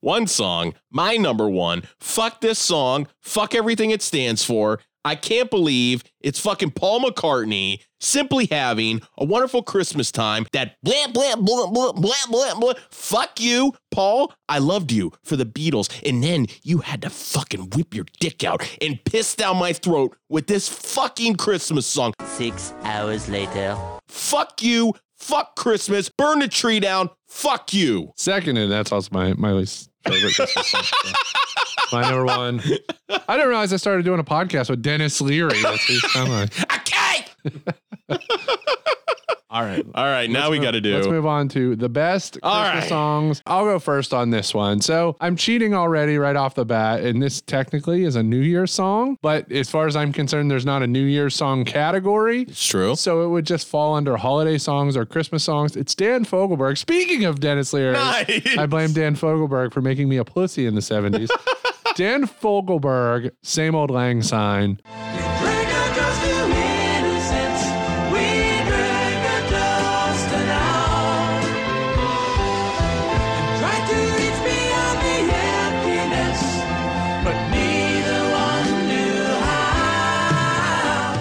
D: one song, my number one. Fuck this song. Fuck everything it stands for. I can't believe it's fucking Paul McCartney simply having a wonderful Christmas time. That blah, blah, blah, blah, blah, blah, blah. Fuck you, Paul. I loved you for the Beatles. And then you had to fucking whip your dick out and piss down my throat with this fucking Christmas song.
N: Six hours later.
D: Fuck you. Fuck Christmas. Burn the tree down. Fuck you.
E: Second, and that's also my, my least favorite Christmas song. so. My number one. I didn't realize I started doing a podcast with Dennis Leary. That's who's kind of All right.
D: All right. Now we got to do.
E: Let's move on to the best
D: All
E: Christmas
D: right.
E: songs. I'll go first on this one. So I'm cheating already right off the bat, and this technically is a New Year's song, but as far as I'm concerned, there's not a New Year's song category. It's
D: true.
E: So it would just fall under holiday songs or Christmas songs. It's Dan Fogelberg. Speaking of Dennis Leary,
D: Nice.
E: I blame Dan Fogelberg for making me a pussy in the 70s. Dan Fogelberg, same old lang syne.
H: But neither one knew how.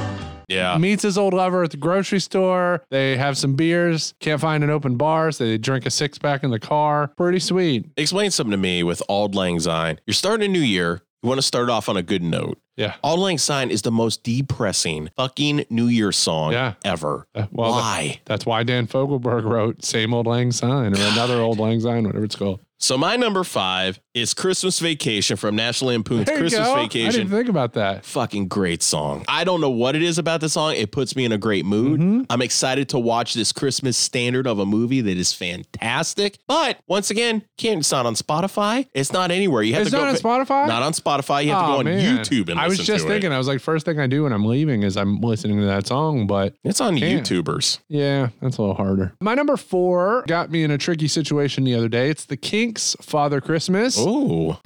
D: Yeah.
E: Meets his old lover at the grocery store. They have some beers. Can't find an open bar, so they drink a six pack in the car. Pretty sweet.
D: Explain something to me with Auld Lang Syne. You're starting a new year. You want to start off on a good note.
E: Yeah.
D: Auld Lang Syne is the most depressing fucking New Year song ever.
E: Uh, Well, that-
D: Why?
E: that's why Dan Fogelberg wrote "Same Old Lang Syne" or another Old Lang Syne, whatever it's called.
D: So my number five is Christmas Vacation from National Lampoon's
E: There you
D: Christmas
E: go. I
D: Vacation.
E: didn't think about that.
D: Fucking great song. I don't know what it is about the song. It puts me in a great mood.
E: Mm-hmm.
D: I'm excited to watch this Christmas standard of a movie that is fantastic. But once again, can't it's not on Spotify. It's not anywhere. You have
E: It's
D: to
E: not
D: go
E: on Spotify?
D: Not on Spotify. You have to
E: Oh,
D: go on
E: man.
D: YouTube and
E: I was
D: listen
E: just
D: to
E: thinking.
D: it.
E: I was like, first thing I do when I'm leaving is I'm listening to that song, but
D: It's on
E: can't.
D: YouTubers.
E: Yeah, that's a little harder. My number four got me in a tricky situation the other day. It's the Kinks, Father Christmas.
D: Oh,
H: We want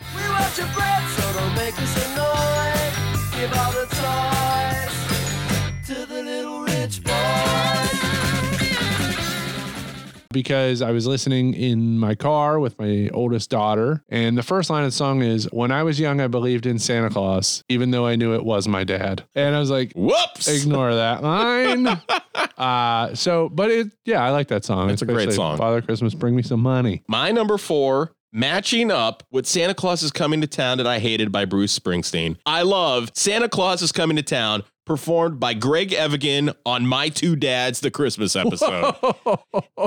H: your bread, so don't make us annoyed. Give all the toys to the little rich boys.
E: because I was listening in my car with my oldest daughter. And the first line of the song is When I was young, I believed in Santa Claus, even though I knew it was my dad. And I was like,
D: Whoops.
E: Ignore that line. uh, so, but it, yeah, I like that song.
D: It's a great
E: basically,
D: song.
E: Father Christmas, bring me some money.
D: My number four, matching up with Santa Claus is Coming to Town that I hated by Bruce Springsteen. I love Santa Claus is Coming to Town, performed by Greg Evigan on My Two Dads, the Christmas episode.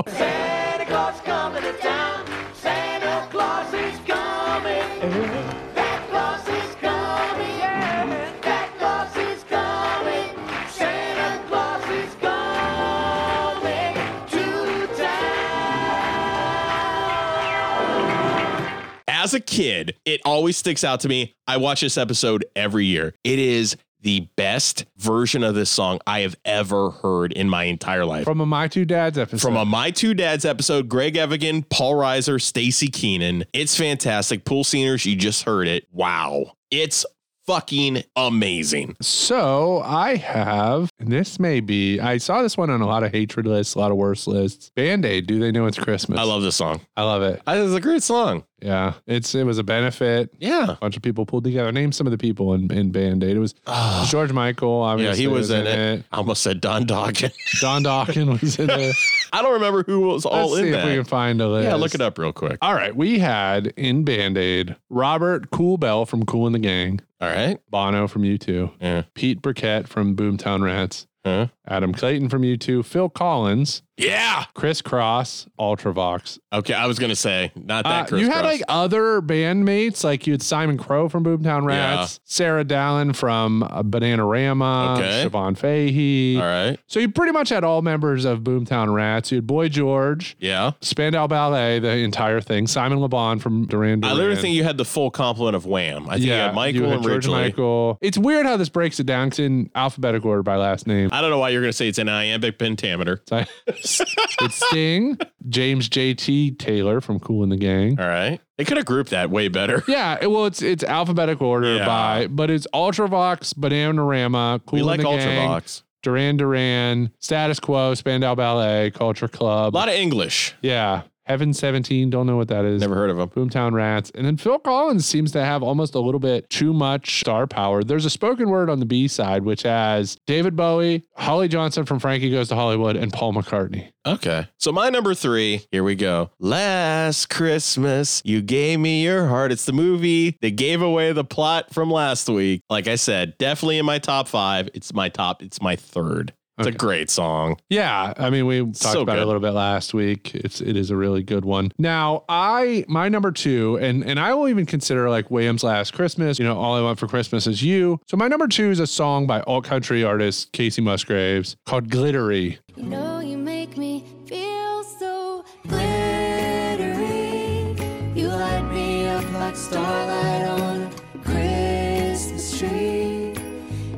H: Santa Claus coming to town. Santa Claus is coming. That Claus is coming. That Claus is coming. Santa Claus is coming to town.
D: As a kid, it always sticks out to me. I watch this episode every year. It is the best version of this song I have ever heard in my entire life.
E: From a My Two Dads episode.
D: From a My Two Dads episode, Greg Evigan, Paul Reiser, Stacy Keenan. It's fantastic. Pool sceners, you just heard it. Wow. It's fucking amazing.
E: So I have, and this may be, I saw this one on a lot of hatred lists, a lot of worse lists. Band Aid, do they know it's Christmas?
D: I love this song.
E: I love it.
D: It's a great song.
E: Yeah, it's it was a benefit.
D: Yeah,
E: a bunch of people pulled together. Name some of the people in, in Band Aid. It was George Michael.
D: Ah. Yeah,
E: Obviously,
D: he was in it. I almost said Don Dawkins.
E: Don Dawkins was in it.
D: I don't remember who was all
E: Let's
D: in
E: see
D: that.
E: if we can find a list.
D: Yeah, look it up real quick.
E: All right, we had in Band Aid Robert Cool Bell from Cool and the Gang.
D: All right,
E: Bono from U2.
D: Yeah,
E: Pete Burkett from Boomtown Rats.
D: Huh?
E: Adam Clayton from U2. Phil Collins.
D: Yeah,
E: Chris Cross, Ultravox.
D: Okay, I was gonna say not that.
E: Uh,
D: Chris
E: you had
D: Cross.
E: like other bandmates, like you had Simon Crow from Boomtown Rats, Sarah Dallin from uh, Bananarama,
D: Okay.
E: Siobhan Fahey.
D: All right.
E: So you pretty much had all members of Boomtown Rats. You had Boy George,
D: yeah,
E: Spandau Ballet, the entire thing. Simon LeBon from Duran Duran.
D: I literally think you had the full complement of Wham. I think you had Michael
E: had
D: and
E: George
D: Ridgely.
E: Michael. It's weird how this breaks it down. 'cause It's in alphabetical order by last name.
D: I don't know why you're gonna say it's an iambic pentameter.
E: it's Sting, James J.T. Taylor from Cool and the Gang.
D: All right, they could have grouped that way better.
E: Yeah, it- well, it's it's alphabetical order
D: Yeah.
E: by, but it's Ultravox, Bananarama, Cool
D: We
E: in
D: like
E: the Gang,
D: Ultravox.
E: Duran Duran, Status Quo, Spandau Ballet, Culture Club.
D: A lot of English.
E: yeah. Heaven 17, don't know what that is.
D: Never heard of them.
E: Boomtown Rats. And then Phil Collins seems to have almost a little bit too much star power. There's a spoken word on the B side, which has David Bowie, Holly Johnson from Frankie Goes to Hollywood, and Paul McCartney.
D: Okay. So my number three, here we go. Last Christmas, you gave me your heart. It's the movie that gave away the plot from last week. Like I said, definitely in my top five. It's my top, it's my third. It's a great song.
E: Yeah, I mean, we talked
D: So
E: about it
D: good.
E: a little bit last week. It's it is a really good one. Now, I my number two, and and I will even consider like Williams Last Christmas. You know, all I want for Christmas is you. So my number two is a song by alt country artist Casey Musgraves called "Glittery."
O: You know you make me feel so glittery. You light me up like starlight on a Christmas tree.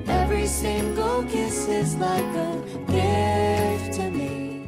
O: Every single kiss is like a gift to me.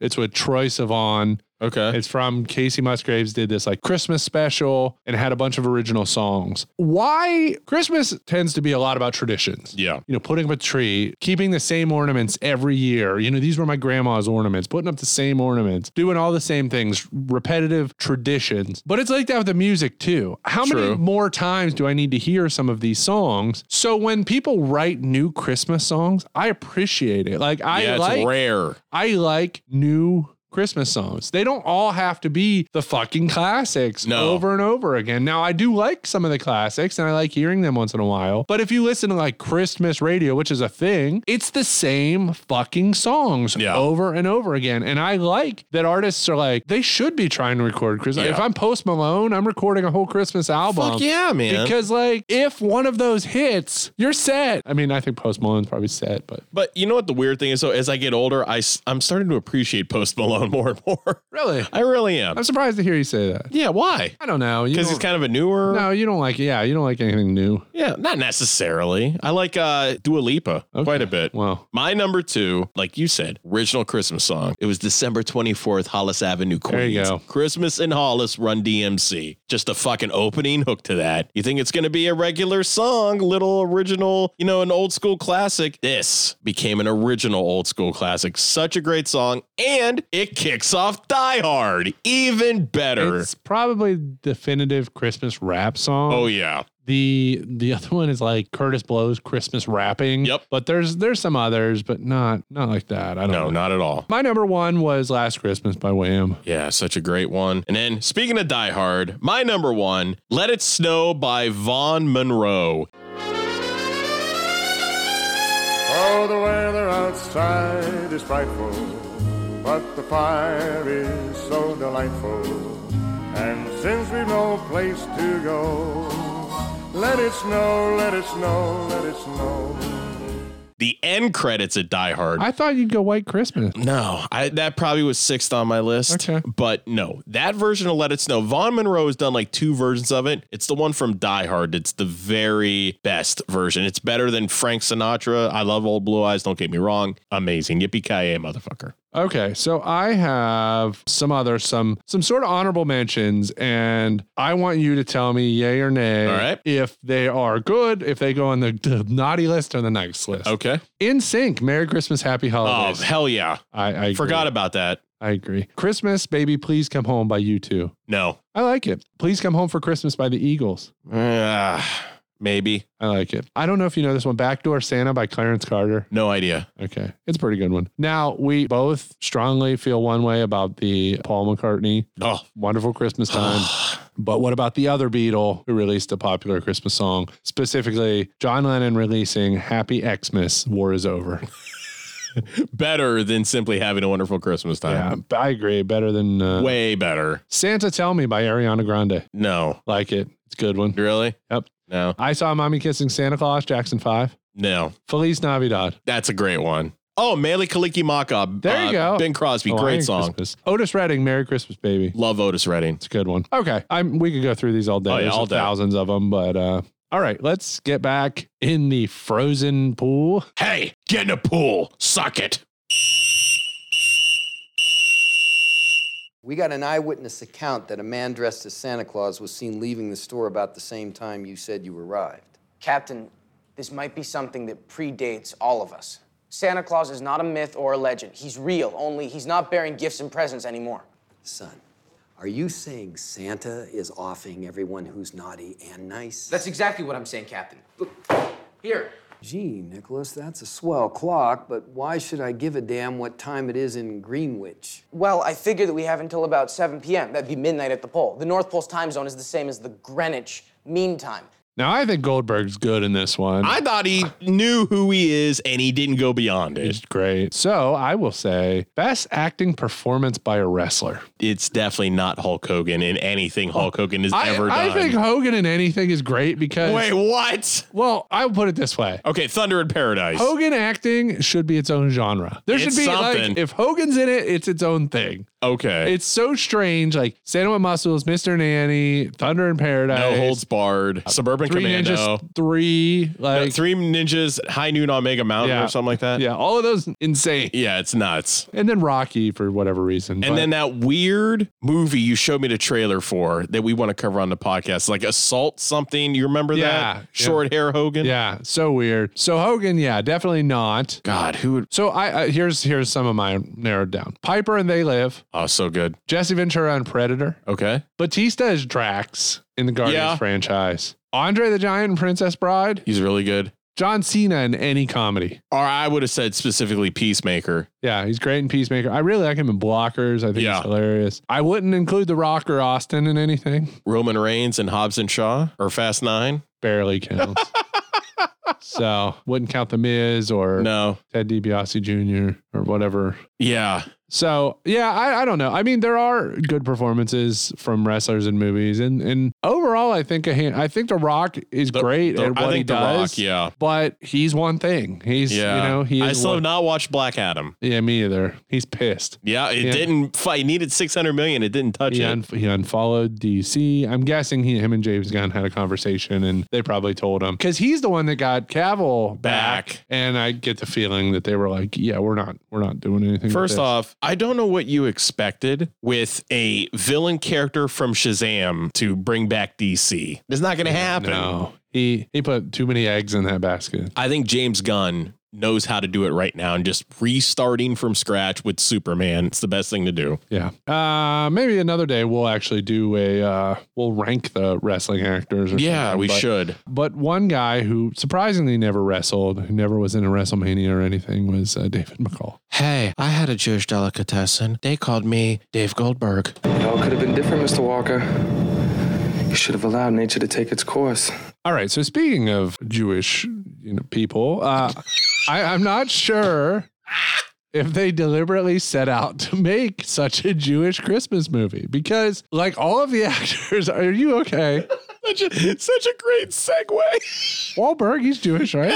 E: It's with Troy Sivan
D: Okay.
E: It's from Casey Musgraves did this like Christmas special and had a bunch of original songs. Why Christmas tends to be a lot about traditions.
D: Yeah.
E: You know, putting up a tree, keeping the same ornaments every year. You know, these were my grandma's ornaments, putting up the same ornaments, doing all the same things, repetitive traditions. But it's like that with the music too. How many
D: True.
E: more times do I need to hear some of these songs? So when people write new Christmas songs, I appreciate it. Like I
D: yeah, it's
E: like
D: rare.
E: I like new Christmas songs. They don't all have to be the fucking classics
D: No.
E: over and over again. Now, I do like some of the classics and I like hearing them once in a while. But if you listen to like Christmas radio, which is a thing, it's the same fucking songs over and over again. And I like that artists are like, they should be trying to record Christmas.
D: Yeah.
E: If I'm Post Malone, I'm recording a whole Christmas album.
D: Fuck yeah, man.
E: Because, like, if one of those hits, you're set. I mean, I think Post Malone's probably set, but
D: But you know what the weird thing is? So as I get older, I, am starting to appreciate Post Malone more and more.
E: Really?
D: I really am.
E: I'm surprised to hear you say that.
D: Yeah, why?
E: I don't know. You
D: Because he's
E: don't-
D: kind of a newer.
E: No, you don't like. Yeah, you don't like anything new.
D: Yeah, not necessarily. I like uh Dua Lipa quite a bit.
E: Wow.
D: My number two, like you said, original Christmas song. It was December 24th, Hollis Avenue, Queens.
E: There you go.
D: Christmas in Hollis, Run DMC. Just a fucking opening hook to that. You think it's going to be a regular song, little original, you know, an old school classic. This became an original old school classic. Such a great song. And it kicks off Die Hard. Even better.
E: It's probably definitive Christmas rap song.
D: oh, yeah.
E: The the other one is like Curtis Blow's Christmas rapping. Yep. But there's there's some others, but not not like that. I don't.
D: No,
E: know.
D: not at all.
E: My number one was Last Christmas by Wham.
D: Yeah, such a great one. And then speaking of Die Hard, my number one, Let It Snow by Vaughn Monroe.
P: Oh, the weather outside is frightful, but the fire is so delightful. And since we've no place to go, let it snow, let it snow, let it snow.
D: The end credits at Die Hard.
E: I thought you'd go White Christmas.
D: no, I, that probably was sixth on my list. Okay. But no, that version of Let It Snow, Vaughn Monroe has done like two versions of it. It's the one from Die Hard. It's the very best version. It's better than Frank Sinatra. I love Old Blue Eyes. Don't get me wrong. Amazing. Yippee ki yay, motherfucker.
E: Okay, so I have some other some some sort of honorable mentions, and I want you to tell me yay or nay.
D: All right.
E: if they are good, if they go on the, the naughty list or the nice list.
D: Okay.
E: In sync. Merry Christmas, Happy
D: Oh,
E: Holidays.
D: hell yeah.
E: I, I agree.
D: Forgot about that.
E: I agree. Christmas, baby, please come home by you two.
D: No.
E: I like it. Please come home for Christmas by the Eagles.
D: Ah, maybe.
E: I like it. I don't know if you know this one, Backdoor Santa by Clarence Carter.
D: No idea.
E: Okay. It's a pretty good one. Now, we both strongly feel one way about the Paul McCartney
D: Oh.
E: Wonderful Christmas Time. but what about the other Beatle who released a popular Christmas song, specifically John Lennon releasing Happy Xmas, War is Over?
D: better than simply having a wonderful Christmas
E: yeah,
D: time.
E: I agree. Better than uh,
D: Way better.
E: Santa Tell Me by Ariana Grande.
D: No.
E: Like it. It's a good one.
D: Really?
E: Yep.
D: No.
E: I saw Mommy Kissing Santa Claus, Jackson 5.
D: No.
E: Feliz Navidad.
D: That's a great one. Oh, Melee Kaliki Maka. Uh,
E: There you go.
D: Ben Crosby.
E: Oh,
D: great
E: Merry
D: song.
E: Christmas. Otis Redding, Merry Christmas, baby.
D: Love Otis Redding.
E: It's a good one. Okay. I'm, we could go through these all day.
D: Oh, yeah,
E: There's
D: all day.
E: thousands of them, but uh, all right, let's get back in the frozen pool.
D: Hey, get in the pool. Suck it.
Q: We got an eyewitness account that a man dressed as Santa Claus was seen leaving the store about the same time you said you arrived.
L: Captain, this might be something that predates all of us. Santa Claus is not a myth or a legend. He's real, only he's not bearing gifts and presents anymore.
Q: Son, are you saying Santa is offing everyone who's naughty and nice?
L: That's exactly what I'm saying, Captain. Look, here.
Q: Gee, Nicholas, that's a swell clock, but why should I give a damn what time it is in Greenwich?
L: Well, I figure that we have until about 7 p.m. That'd be midnight at the pole. The North Pole's time zone is the same as the Greenwich Mean Time.
E: Now, I think Goldberg's good in this one.
D: I thought he knew who he is and he didn't go beyond it.
E: It's great. So I will say best acting performance by a wrestler.
D: It's definitely not Hulk Hogan in anything Hulk Hogan has
E: I,
D: ever done.
E: I think Hogan in anything is great because.
D: Wait, what?
E: Well, I'll put it this way.
D: Okay, Thunder in Paradise.
E: Hogan acting should be its own genre. There should
D: It's
E: be like
D: something.
E: if Hogan's in it, it's its own thing.
D: okay.
E: It's so strange. Like Santa with Muscles, Mr. Nanny, Thunder in Paradise.
D: no holds barred. Suburban Fisherman
E: Three
D: Commando.
E: Ninjas Three, like
D: Three Ninjas High Noon on Mega Mountain
E: Yeah.
D: or something like that.
E: Yeah, all of those insane.
D: Yeah, it's nuts.
E: and then Rocky for whatever reason.
D: And then that weird movie you showed me the trailer for that we want to cover on the podcast, like Assault something. You remember
E: yeah,
D: that? Short hair Hogan.
E: Yeah, so weird. So Hogan, yeah, definitely not.
D: God, who would?
E: So I, I here's here's some of mine narrowed down. Piper and They Live,
D: Oh, so good.
E: Jesse Ventura and Predator,
D: Okay.
E: Batista is Drax in the Guardians
D: Yeah.
E: franchise, Andre the Giant and Princess Bride,
D: He's really good.
E: John Cena in any comedy.
D: Or I would have said specifically Peacemaker.
E: Yeah, he's great in Peacemaker. I really like him in Blockers. I think
D: Yeah.
E: he's hilarious. I wouldn't include The Rock or Austin in anything.
D: Roman Reigns and Hobbs and Shaw or Fast Nine.
E: Barely counts. so wouldn't count The Miz or
D: No.
E: Ted DiBiase Jr. or whatever.
D: Yeah.
E: So yeah, I, I don't know. I mean, there are good performances from wrestlers in movies, and and overall, I think a hand, I think The Rock is great
D: The-
E: at what
D: I
E: he
D: think The
E: does.
D: Rock. Yeah.
E: but he's one thing. He's
D: Yeah.
E: you know he is
D: I still
E: one-
D: have not watched Black Adam.
E: yeah me either. He's pissed.
D: Yeah, it
E: Yeah.
D: didn't fight. It needed 600 million. It didn't touch
E: He,
D: it.
E: un- he unfollowed DC. I'm guessing he, him and James Gunn had a conversation, and they probably told him because he's the one that got Cavill back.
D: Back.
E: And I get the feeling that they were like, "Yeah, we're not, we're not doing anything." with
D: First
E: this.
D: off, I don't know what you expected with a villain character from Shazam to bring back DC. It's not going to happen.
E: no, he he put too many eggs in that basket.
D: I think James Gunn knows how to do it right now and just restarting from scratch with Superman. It's the best thing to do.
E: Yeah. Uh, maybe another day we'll actually do a uh, we'll rank the wrestling actors. Or
D: Yeah,
E: something,
D: we
E: but-
D: should.
E: But one guy who surprisingly never wrestled, who never was in a WrestleMania or anything, was uh, David McCall.
D: Hey, I had a Jewish delicatessen. They called me Dave Goldberg.
R: It all could have been different, Mr. Walker. You should have allowed nature to take its course.
E: All right. So speaking of Jewish, you know, people, uh, I, I'm not sure if they deliberately set out to make such a Jewish Christmas movie because, like all of the actors, are you okay?
D: Such a, such a great segue.
E: Wahlberg, he's Jewish, right?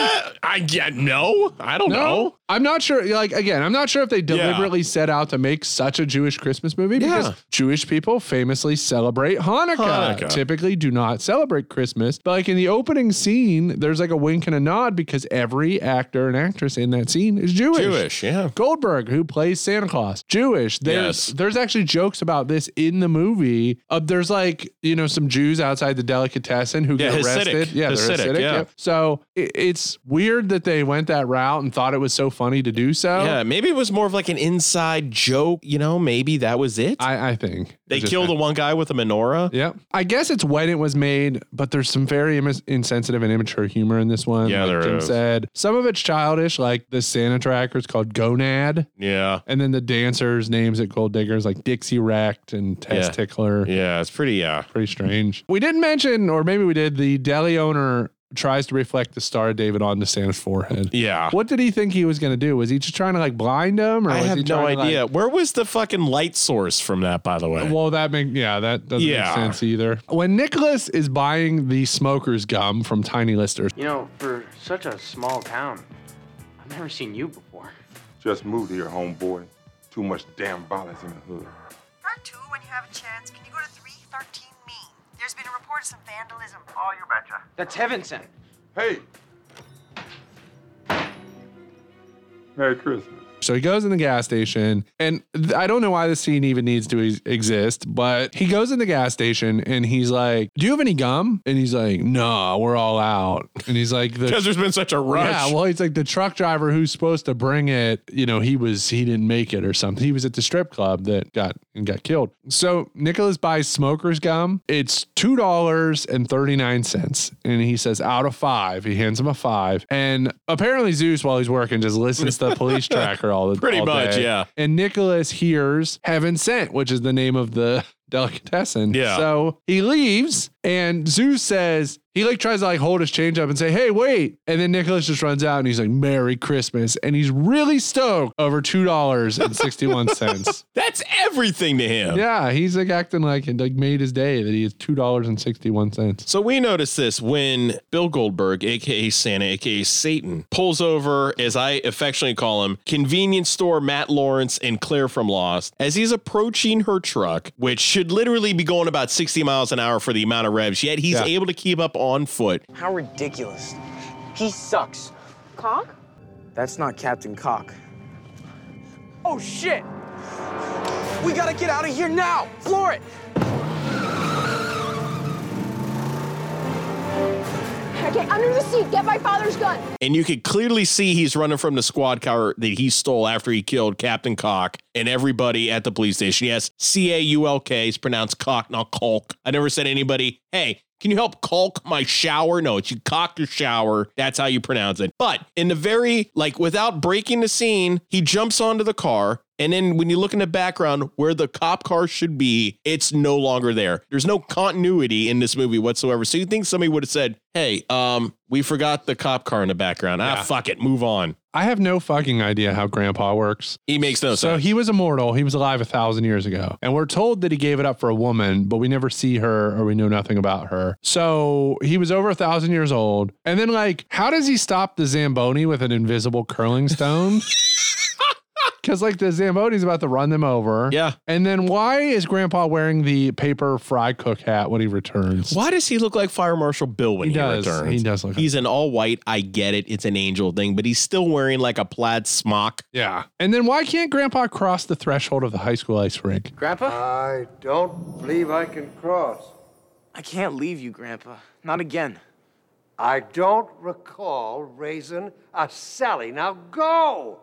D: I yeah, no, I don't know.
E: I'm not sure. Like again, I'm not sure if they deliberately set out to make such a Jewish Christmas movie
D: Yeah.
E: because Jewish people famously celebrate Hanukkah.
D: Hanukkah.
E: Typically, do not celebrate Christmas. But like in the opening scene, there's like a wink and a nod because every actor and actress in that scene is Jewish.
D: Jewish, yeah.
E: Goldberg, who plays Santa Claus, Jewish. There's
D: Yes.
E: there's actually jokes about this in the movie. Of there's like you know some Jews outside the delicatessen who
D: Yeah,
E: get
D: Hasidic.
E: arrested. Yeah, they're
D: Hasidic,
E: Hasidic,
D: yeah.
E: yep. So i- it's weird that they went that route and thought it was so funny to do so.
D: Yeah, maybe it was more of like an inside joke, you know, maybe that was it.
E: I, I think
D: they
E: It just
D: killed the one guy with a menorah.
E: Yeah, I guess it's when it was made, but there's some very Im- insensitive and immature humor in this one.
D: Yeah,
E: like
D: there
E: Jim
D: is.
E: said some of it's childish, like the Santa tracker is called Gonad,
D: Yeah.
E: and then the dancers' names at Gold Diggers like Dixie Wrecked and Tess
D: Yeah.
E: Tickler.
D: Yeah, it's pretty uh, yeah.
E: Pretty strange. We didn't mention, or maybe we did. The deli owner tries to reflect the star of David on the Santa's forehead.
D: Yeah.
E: What did he think he was going to do? Was he just trying to like blind him? Or
D: I
E: was
D: have
E: he
D: no
E: trying to, like-
D: idea. Where was the fucking light source from that, by the way?
E: well, that make yeah, that doesn't
D: Yeah.
E: make sense either. When Nicholas is buying the smoker's gum from Tiny Lister,
I: You know, for such a small town, I've never seen you before.
S: Just moved here, homeboy. Too much damn violence in the hood.
T: Turn two when you have a chance. Can you go to 313 Main? There's been a report of some vandalism. Oh, you betcha.
I: That's heaven sent.
S: Hey! Merry Christmas.
E: So he goes in the gas station, and th- I don't know why this scene even needs to ex- exist, but he goes in the gas station and he's like, Do you have any gum? And he's like, No, we're all out. And he's like, the-
D: Because there's been such a rush.
E: Yeah, well, he's like the truck driver who's supposed to bring it. You know, he was he didn't make it or something. He was at the strip club that got and got killed. So Nicholas buys smokers gum. It's two dollars and thirty nine cents, and he says out of five. He hands him a five, and apparently Zeus, while he's working, just listens to the police tracker all the
D: Pretty
E: all
D: much,
E: day.
D: yeah.
E: And Nicholas hears heaven sent, which is the name of the delicatessen.
D: Yeah.
E: So he leaves, and Zeus says he like tries to like hold his change up and say, "Hey, wait!" And then Nicholas just runs out, and he's like, "Merry Christmas!" And he's really stoked over two dollars and sixty one cents.
D: That's everything to him.
E: Yeah, he's like acting like it like made his day that he is two dollars and sixty one cents.
D: So we noticed this when Bill Goldberg, aka Santa, aka Satan, pulls over, as I affectionately call him, convenience store Matt Lawrence and Claire from Lost, as he's approaching her truck, which should literally be going about 60 miles an hour for the amount of revs, yet he's
E: Yeah.
D: able to keep up on foot.
L: How ridiculous. He sucks.
T: Cock?
L: That's not Captain Cock.
M: Oh shit! We gotta get out of here now! Floor it!
U: Okay, under the seat. Get my father's gun.
D: And you could clearly see he's running from the squad car that he stole after he killed Captain Cock and everybody at the police station. Yes, C A U L K is pronounced cock, not caulk. I never said anybody, hey, can you help caulk my shower? No, it's you cock your shower. That's how you pronounce it. But in the very, like, without breaking the scene, he jumps onto the car. And then when you look in the background where the cop car should be, it's no longer there. There's no continuity in this movie whatsoever. So you think somebody would have said, hey, um, we forgot the cop car in the background. Ah,
E: Yeah.
D: fuck it. Move on.
E: I have no fucking idea how grandpa works.
D: He makes no
E: So
D: sense.
E: he was immortal. He was alive a thousand years ago. And we're told that he gave it up for a woman, but we never see her or we know nothing about her. So he was over a thousand years old. And then, like, how does he stop the Zamboni with an invisible curling stone? Because, like, the Zamboni's about to run them over.
D: Yeah.
E: And then why is grandpa wearing the paper fry cook hat when he returns?
D: Why does he look like Fire Marshal Bill when
E: He
D: he,
E: does.
D: returns?
E: He does look
D: He's an all white. I get it. It's an angel thing, but he's still wearing like a plaid smock.
E: Yeah. And then why can't grandpa cross the threshold of the high school ice rink?
B: Grandpa? I don't believe I can cross.
L: I can't leave you, Grandpa. Not again.
B: I don't recall raising a Sally. Now go!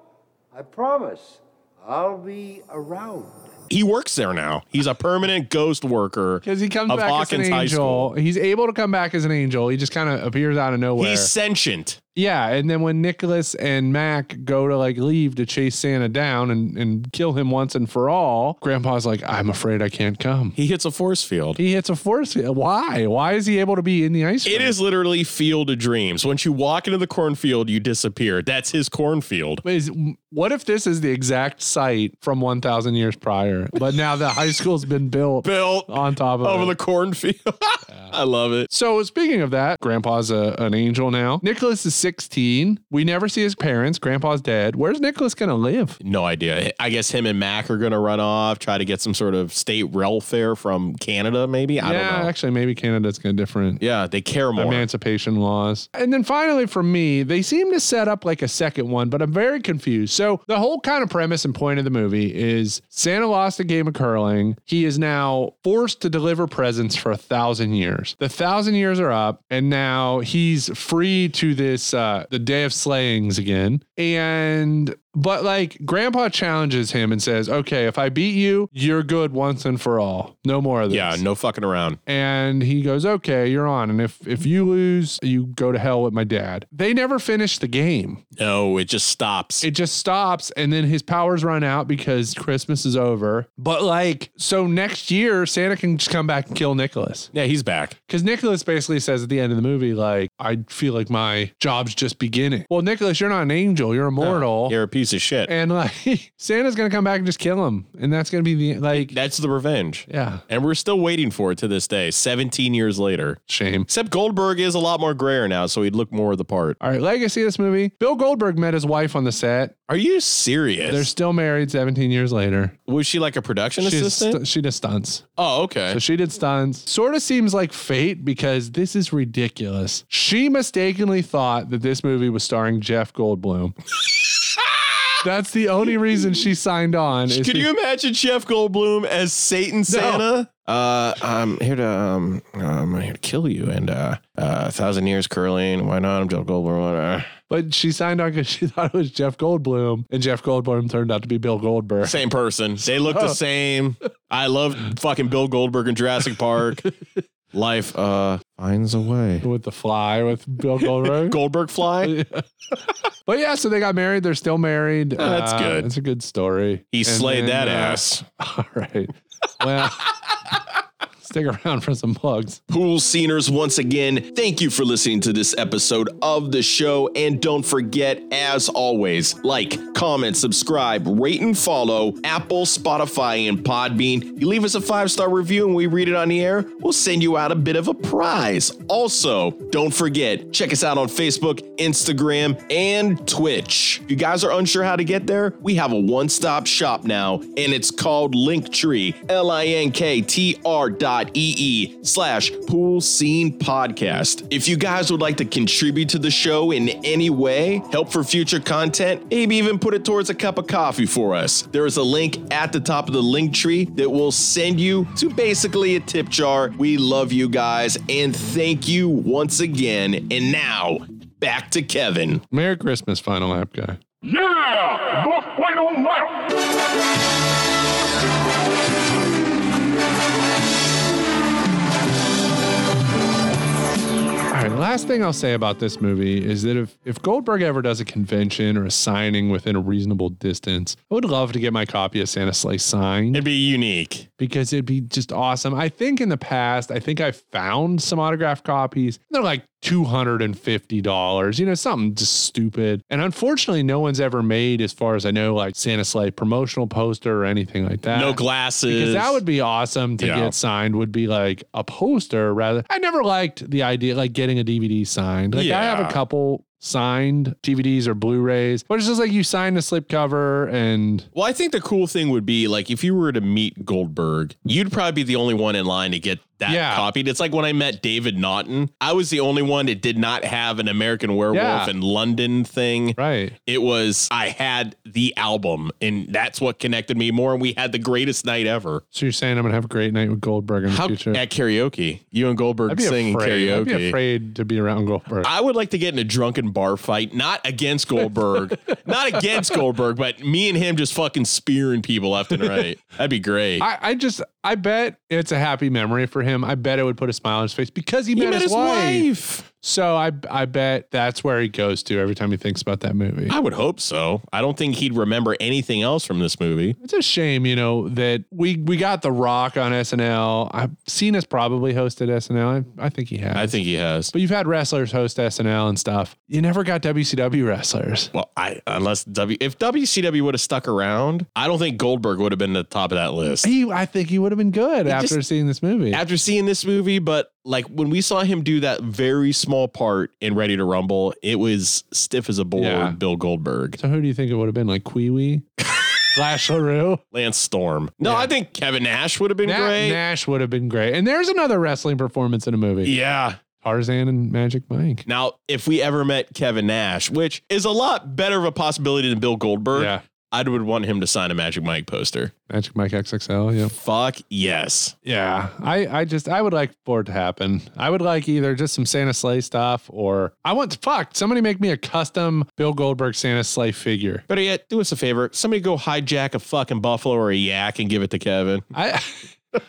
B: I promise. I'll be around.
D: He works there now. He's a permanent ghost worker.
E: Because he comes
D: of
E: back
D: Hawkins
E: as an
D: High
E: angel.
D: School.
E: He's able to come back as an angel. He just kind of appears out of nowhere.
D: He's sentient.
E: yeah, and then when Nicholas and Mac go to like leave to chase Santa down and, and kill him once and for all, Grandpa's like, I'm afraid I can't come.
D: He hits a force field.
E: He hits a force field. Why? Why is he able to be in the ice
D: It
E: rink?
D: is literally field of dreams. Once you walk into the cornfield, you disappear. That's his cornfield.
E: Is, what if this is the exact site from 1,000 years prior, but now the high school's been built,
D: built
E: on top of
D: Over
E: it?
D: the cornfield. I love it.
E: So speaking of that, Grandpa's a, an angel now. Nicholas is 16. We never see his parents. Grandpa's dead. Where's Nicholas gonna live?
D: No idea. I guess him and Mac are going to run off, try to get some sort of state welfare from Canada, maybe. I
E: yeah,
D: don't know.
E: actually, maybe Canada's gonna different.
D: Yeah, they care more.
E: Emancipation laws. And then finally, for me, they seem to set up like a second one, but I'm very confused. So, the whole kind of premise and point of the movie is Santa lost a game of curling. He is now forced to deliver presents for a thousand years. The thousand years are up, and now he's free to this, uh, the day of slayings again. And but like grandpa challenges him and says, Okay, if I beat you, you're good once and for all. No more of this.
D: yeah, no fucking around.
E: And he goes, "Okay, you're on. And if if you lose, you go to hell with my dad." They never finish the game.
D: No, it just stops.
E: It just stops, and then his powers run out because Christmas is over. But like, so next year Santa can just come back and kill Nicholas
D: yeah, he's back.
E: because Nicholas basically says at the end of the movie, like, "I feel like my job's just beginning." Well, Nicholas, you're not an angel. You're immortal.
D: You're a piece of shit.
E: and like Santa's gonna come back and just kill him, and that's gonna be the like,
D: That's the revenge.
E: yeah.
D: And we're still waiting for it to this day, 17 years later.
E: Shame.
D: Except Goldberg is a lot more grayer now, so he'd look more of the part.
E: All right, legacy of this movie. Bill Goldberg met his wife on the set.
D: Are you serious?
E: They're still married 17 years later.
D: Was she like a production
E: She's
D: assistant?
E: stu- she does stunts.
D: oh, okay.
E: So she did stunts. Sort of seems like fate because this is ridiculous. She mistakenly thought that this movie was starring Jeff Goldblum. That's the only reason she signed on. is
D: Can you imagine Jeff Goldblum as Satan Santa? Uh, I'm here to um, I'm here to kill you and uh, uh, a thousand years curling. Why not? I'm Jeff Goldblum. Uh,
E: But she signed on because she thought it was Jeff Goldblum, and Jeff Goldblum turned out to be Bill Goldberg.
D: Same person. They look the same. I love fucking Bill Goldberg in Jurassic Park. Life uh finds a way.
E: With the fly with Bill Goldberg.
D: Goldberg fly.
E: But yeah, so they got married. They're still married. Uh,
D: That's good.
E: It's a good story.
D: He
E: And
D: slayed that
E: then, uh,
D: ass.
E: All right. Well, stick around for some plugs.
D: Pool Sceners, once again, thank you for listening to this episode of the show. And don't forget, as always, like, comment, subscribe, rate, and follow Apple, Spotify, and Podbean. You leave us a five star review and we read it on the air, we'll send you out a bit of a prize. Also, don't forget, check us out on Facebook, Instagram, and Twitch. If you guys are unsure how to get there, we have a one stop shop now, and it's called Linktree, L I N K T R dot bit.ee slash pool scene podcast. If you guys would like to contribute to the show in any way, help for future content, maybe even put it towards a cup of coffee for us, there is a link at the top of the link tree that will send you to basically a tip jar. We love you guys and thank you once again. And now back to Kevin.
E: Merry Christmas, Final App Guy.
F: Yeah! The final lap!
E: All right, last thing I'll say about this movie is that if, if Goldberg ever does a convention or a signing within a reasonable distance, I would love to get my copy of Santa Sleigh signed. It'd
D: be unique
E: because it'd be just awesome. I think in the past, I think I found some autographed copies. They're like $250, you know, something just stupid. And unfortunately, no one's ever made, as far as I know, like Santa Sleigh promotional poster or anything like that.
D: No glasses.
E: Because that would be awesome to
D: Yeah.
E: get signed would be like a poster rather. I never liked the idea like getting a DVD signed. Like I have
D: Yeah.
E: a couple signed DVDs or Blu-rays, but it's just like you sign a slipcover and
D: Well, I think the cool thing would be like if you were to meet Goldberg, you'd probably be the only one in line to get that copied. It's like when I met David Naughton, I was the only one that did not have an American Werewolf
E: Yeah.
D: in London thing.
E: Right.
D: It was I had the album, and that's what connected me more. And we had the greatest night ever.
E: so you're saying I'm gonna have a great night with Goldberg in the
D: How, at
E: future.
D: karaoke, you and Goldberg singing
E: afraid. I'd
D: karaoke.
E: be afraid to be around Goldberg.
D: I would like to get in a drunken bar fight, not against Goldberg, not against Goldberg, but me and him just fucking spearing people left and right. That'd be great.
E: I, I just I bet it's a happy memory for him. I bet it would put a smile on his face because he, met, his, wife. So I I bet that's where he goes to every time he thinks about that movie.
D: I would hope so. I don't think he'd remember anything else from this movie.
E: It's a shame, you know, that we we got The Rock on SNL. I've seen us probably hosted SNL. I, I think he has.
D: I think he has.
E: But you've had wrestlers host SNL and stuff. You never got WCW wrestlers.
D: Well, I unless W if WCW would have stuck around, I don't think Goldberg would have been at the top of that list.
E: He, I think he would have been good
D: He
E: after
D: just-
E: seeing this movie.
D: After seeing this movie, but like when we saw him do that very small part in Ready to Rumble, it was stiff as a board,
E: Yeah.
D: Bill Goldberg.
E: So who do you think it would have been? Like Queewee? Flash LaRue?
D: Lance Storm. No, I think Kevin Nash would have been
E: Na-
D: great.
E: Nash would have been great. And there's another wrestling performance in a movie.
D: Yeah.
E: Tarzan and Magic Mike.
D: Now, if we ever met Kevin Nash, which is a lot better of a possibility than Bill Goldberg,
E: Yeah.
D: I would want him to sign a Magic Mike poster.
E: Magic Mike XXL, yeah.
D: Fuck yes.
E: Yeah, I, I just I would like for it to happen. I would like either just some Santa Sleigh stuff, or I want fuck somebody make me a custom Bill Goldberg Santa Sleigh figure.
D: Better yet, do us a favor. Somebody go hijack a fucking buffalo or a yak and give it to Kevin.
E: I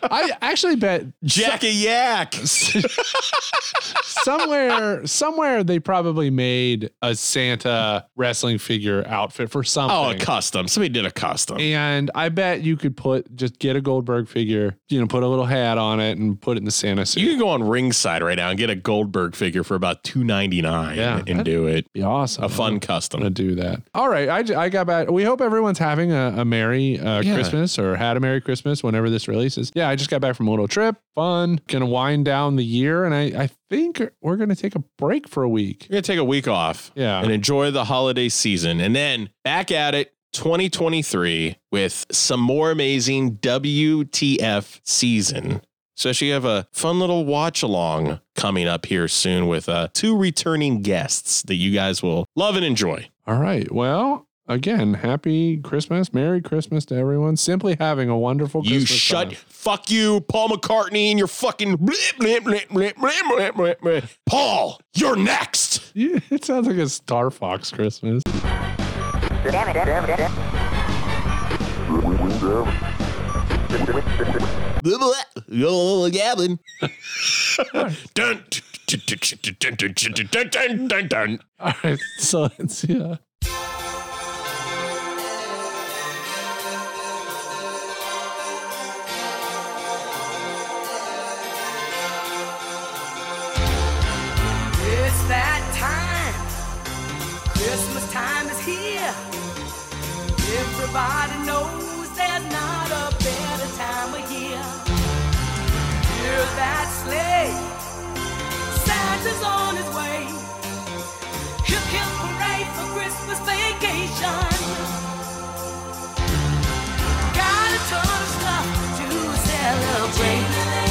E: I actually bet
D: Jack a yak.
E: somewhere somewhere they probably made a Santa wrestling figure outfit for something.
D: Oh, a custom. Somebody did a custom.
E: And I bet you could put just get a Goldberg figure, you know, put a little hat on it and put it in the Santa suit.
D: You can go on ringside right now and get a Goldberg figure for about two ninety nine
E: Yeah,
D: and
E: that'd
D: do it.
E: Be awesome.
D: A fun custom.
E: to do that. All right, I, j- I got back. We hope everyone's having a, a merry uh,
D: Yeah.
E: Christmas or had a merry Christmas whenever this releases. Yeah, I just got back from a little trip, fun, gonna wind down the year, and I, I think we're gonna take a break for a week.
D: You're gonna take a week off.
E: Yeah.
D: And enjoy the holiday season. And then back at it 2023 with some more amazing WTF season. So she have a fun little watch along coming up here soon with uh, two returning guests that you guys will love and enjoy.
E: All right, well. Again, happy Christmas, Merry Christmas to everyone. Simply having a wonderful
D: You
E: Christmas.
D: shut
E: time.
D: fuck you, Paul McCartney, and your fucking blip, blip, blip, blip, blip, blip, blip, blip. Paul, you're next.
E: Yeah, it sounds like a Star Fox Christmas.
H: Damn it, damn it, damn it.
D: Gabbin.
E: All right, so it's yeah.
H: It's that time. Christmas time is here. Everybody knows there's not a better time of year. Hear that sleigh. Santa's on his way. Hip hip hooray for Christmas vacation. Got a ton of stuff to celebrate.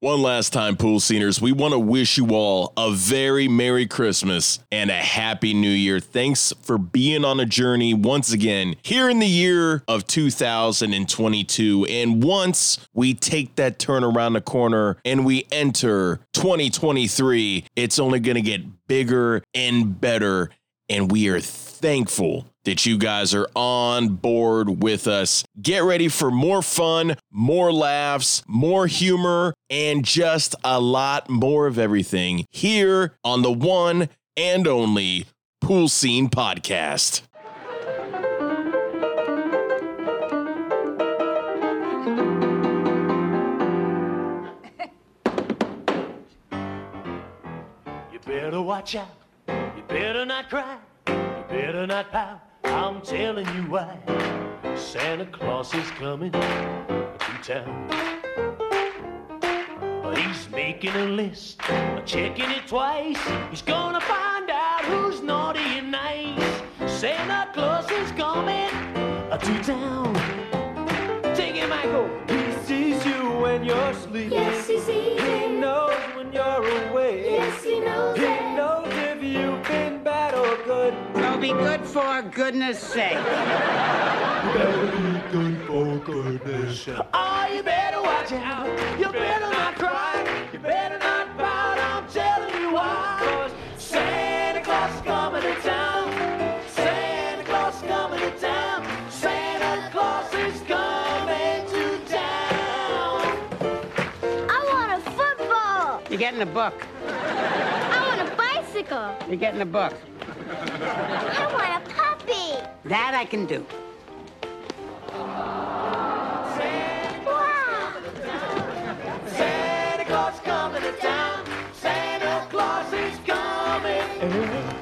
D: One last time, pool sceners, we want to wish you all a very Merry Christmas and a Happy New Year. Thanks for being on a journey once again here in the year of 2022. And once we take that turn around the corner and we enter 2023, it's only going to get bigger and better. And we are thankful that you guys are on board with us. Get ready for more fun, more laughs, more humor, and just a lot more of everything here on the one and only Pool Scene Podcast.
H: You better watch out. You better not cry. You better not pout. I'm telling you why. Santa Claus is coming to town. He's making a list, checking it twice. He's gonna find out who's naughty and nice. Santa Claus is coming to town. Take it, Michael.
V: He sees you when you're sleeping.
H: Yes, he sees
V: He
H: it.
V: knows when you're awake.
H: Yes, he knows
V: He
H: it.
V: knows if you've been bad or good. So be good for goodness sake.
H: Oh, you better watch out. You better not cry. You better not pout. I'm telling you why. 'Cause Santa Claus is coming to town. Santa Claus is coming to town. Santa Claus is coming to town.
L: I want a football.
V: You're getting a book.
L: I want a bicycle.
V: You're getting a book.
L: I want a puppy.
V: That I can do.
H: Santa Claus is coming to town. Santa Claus is coming.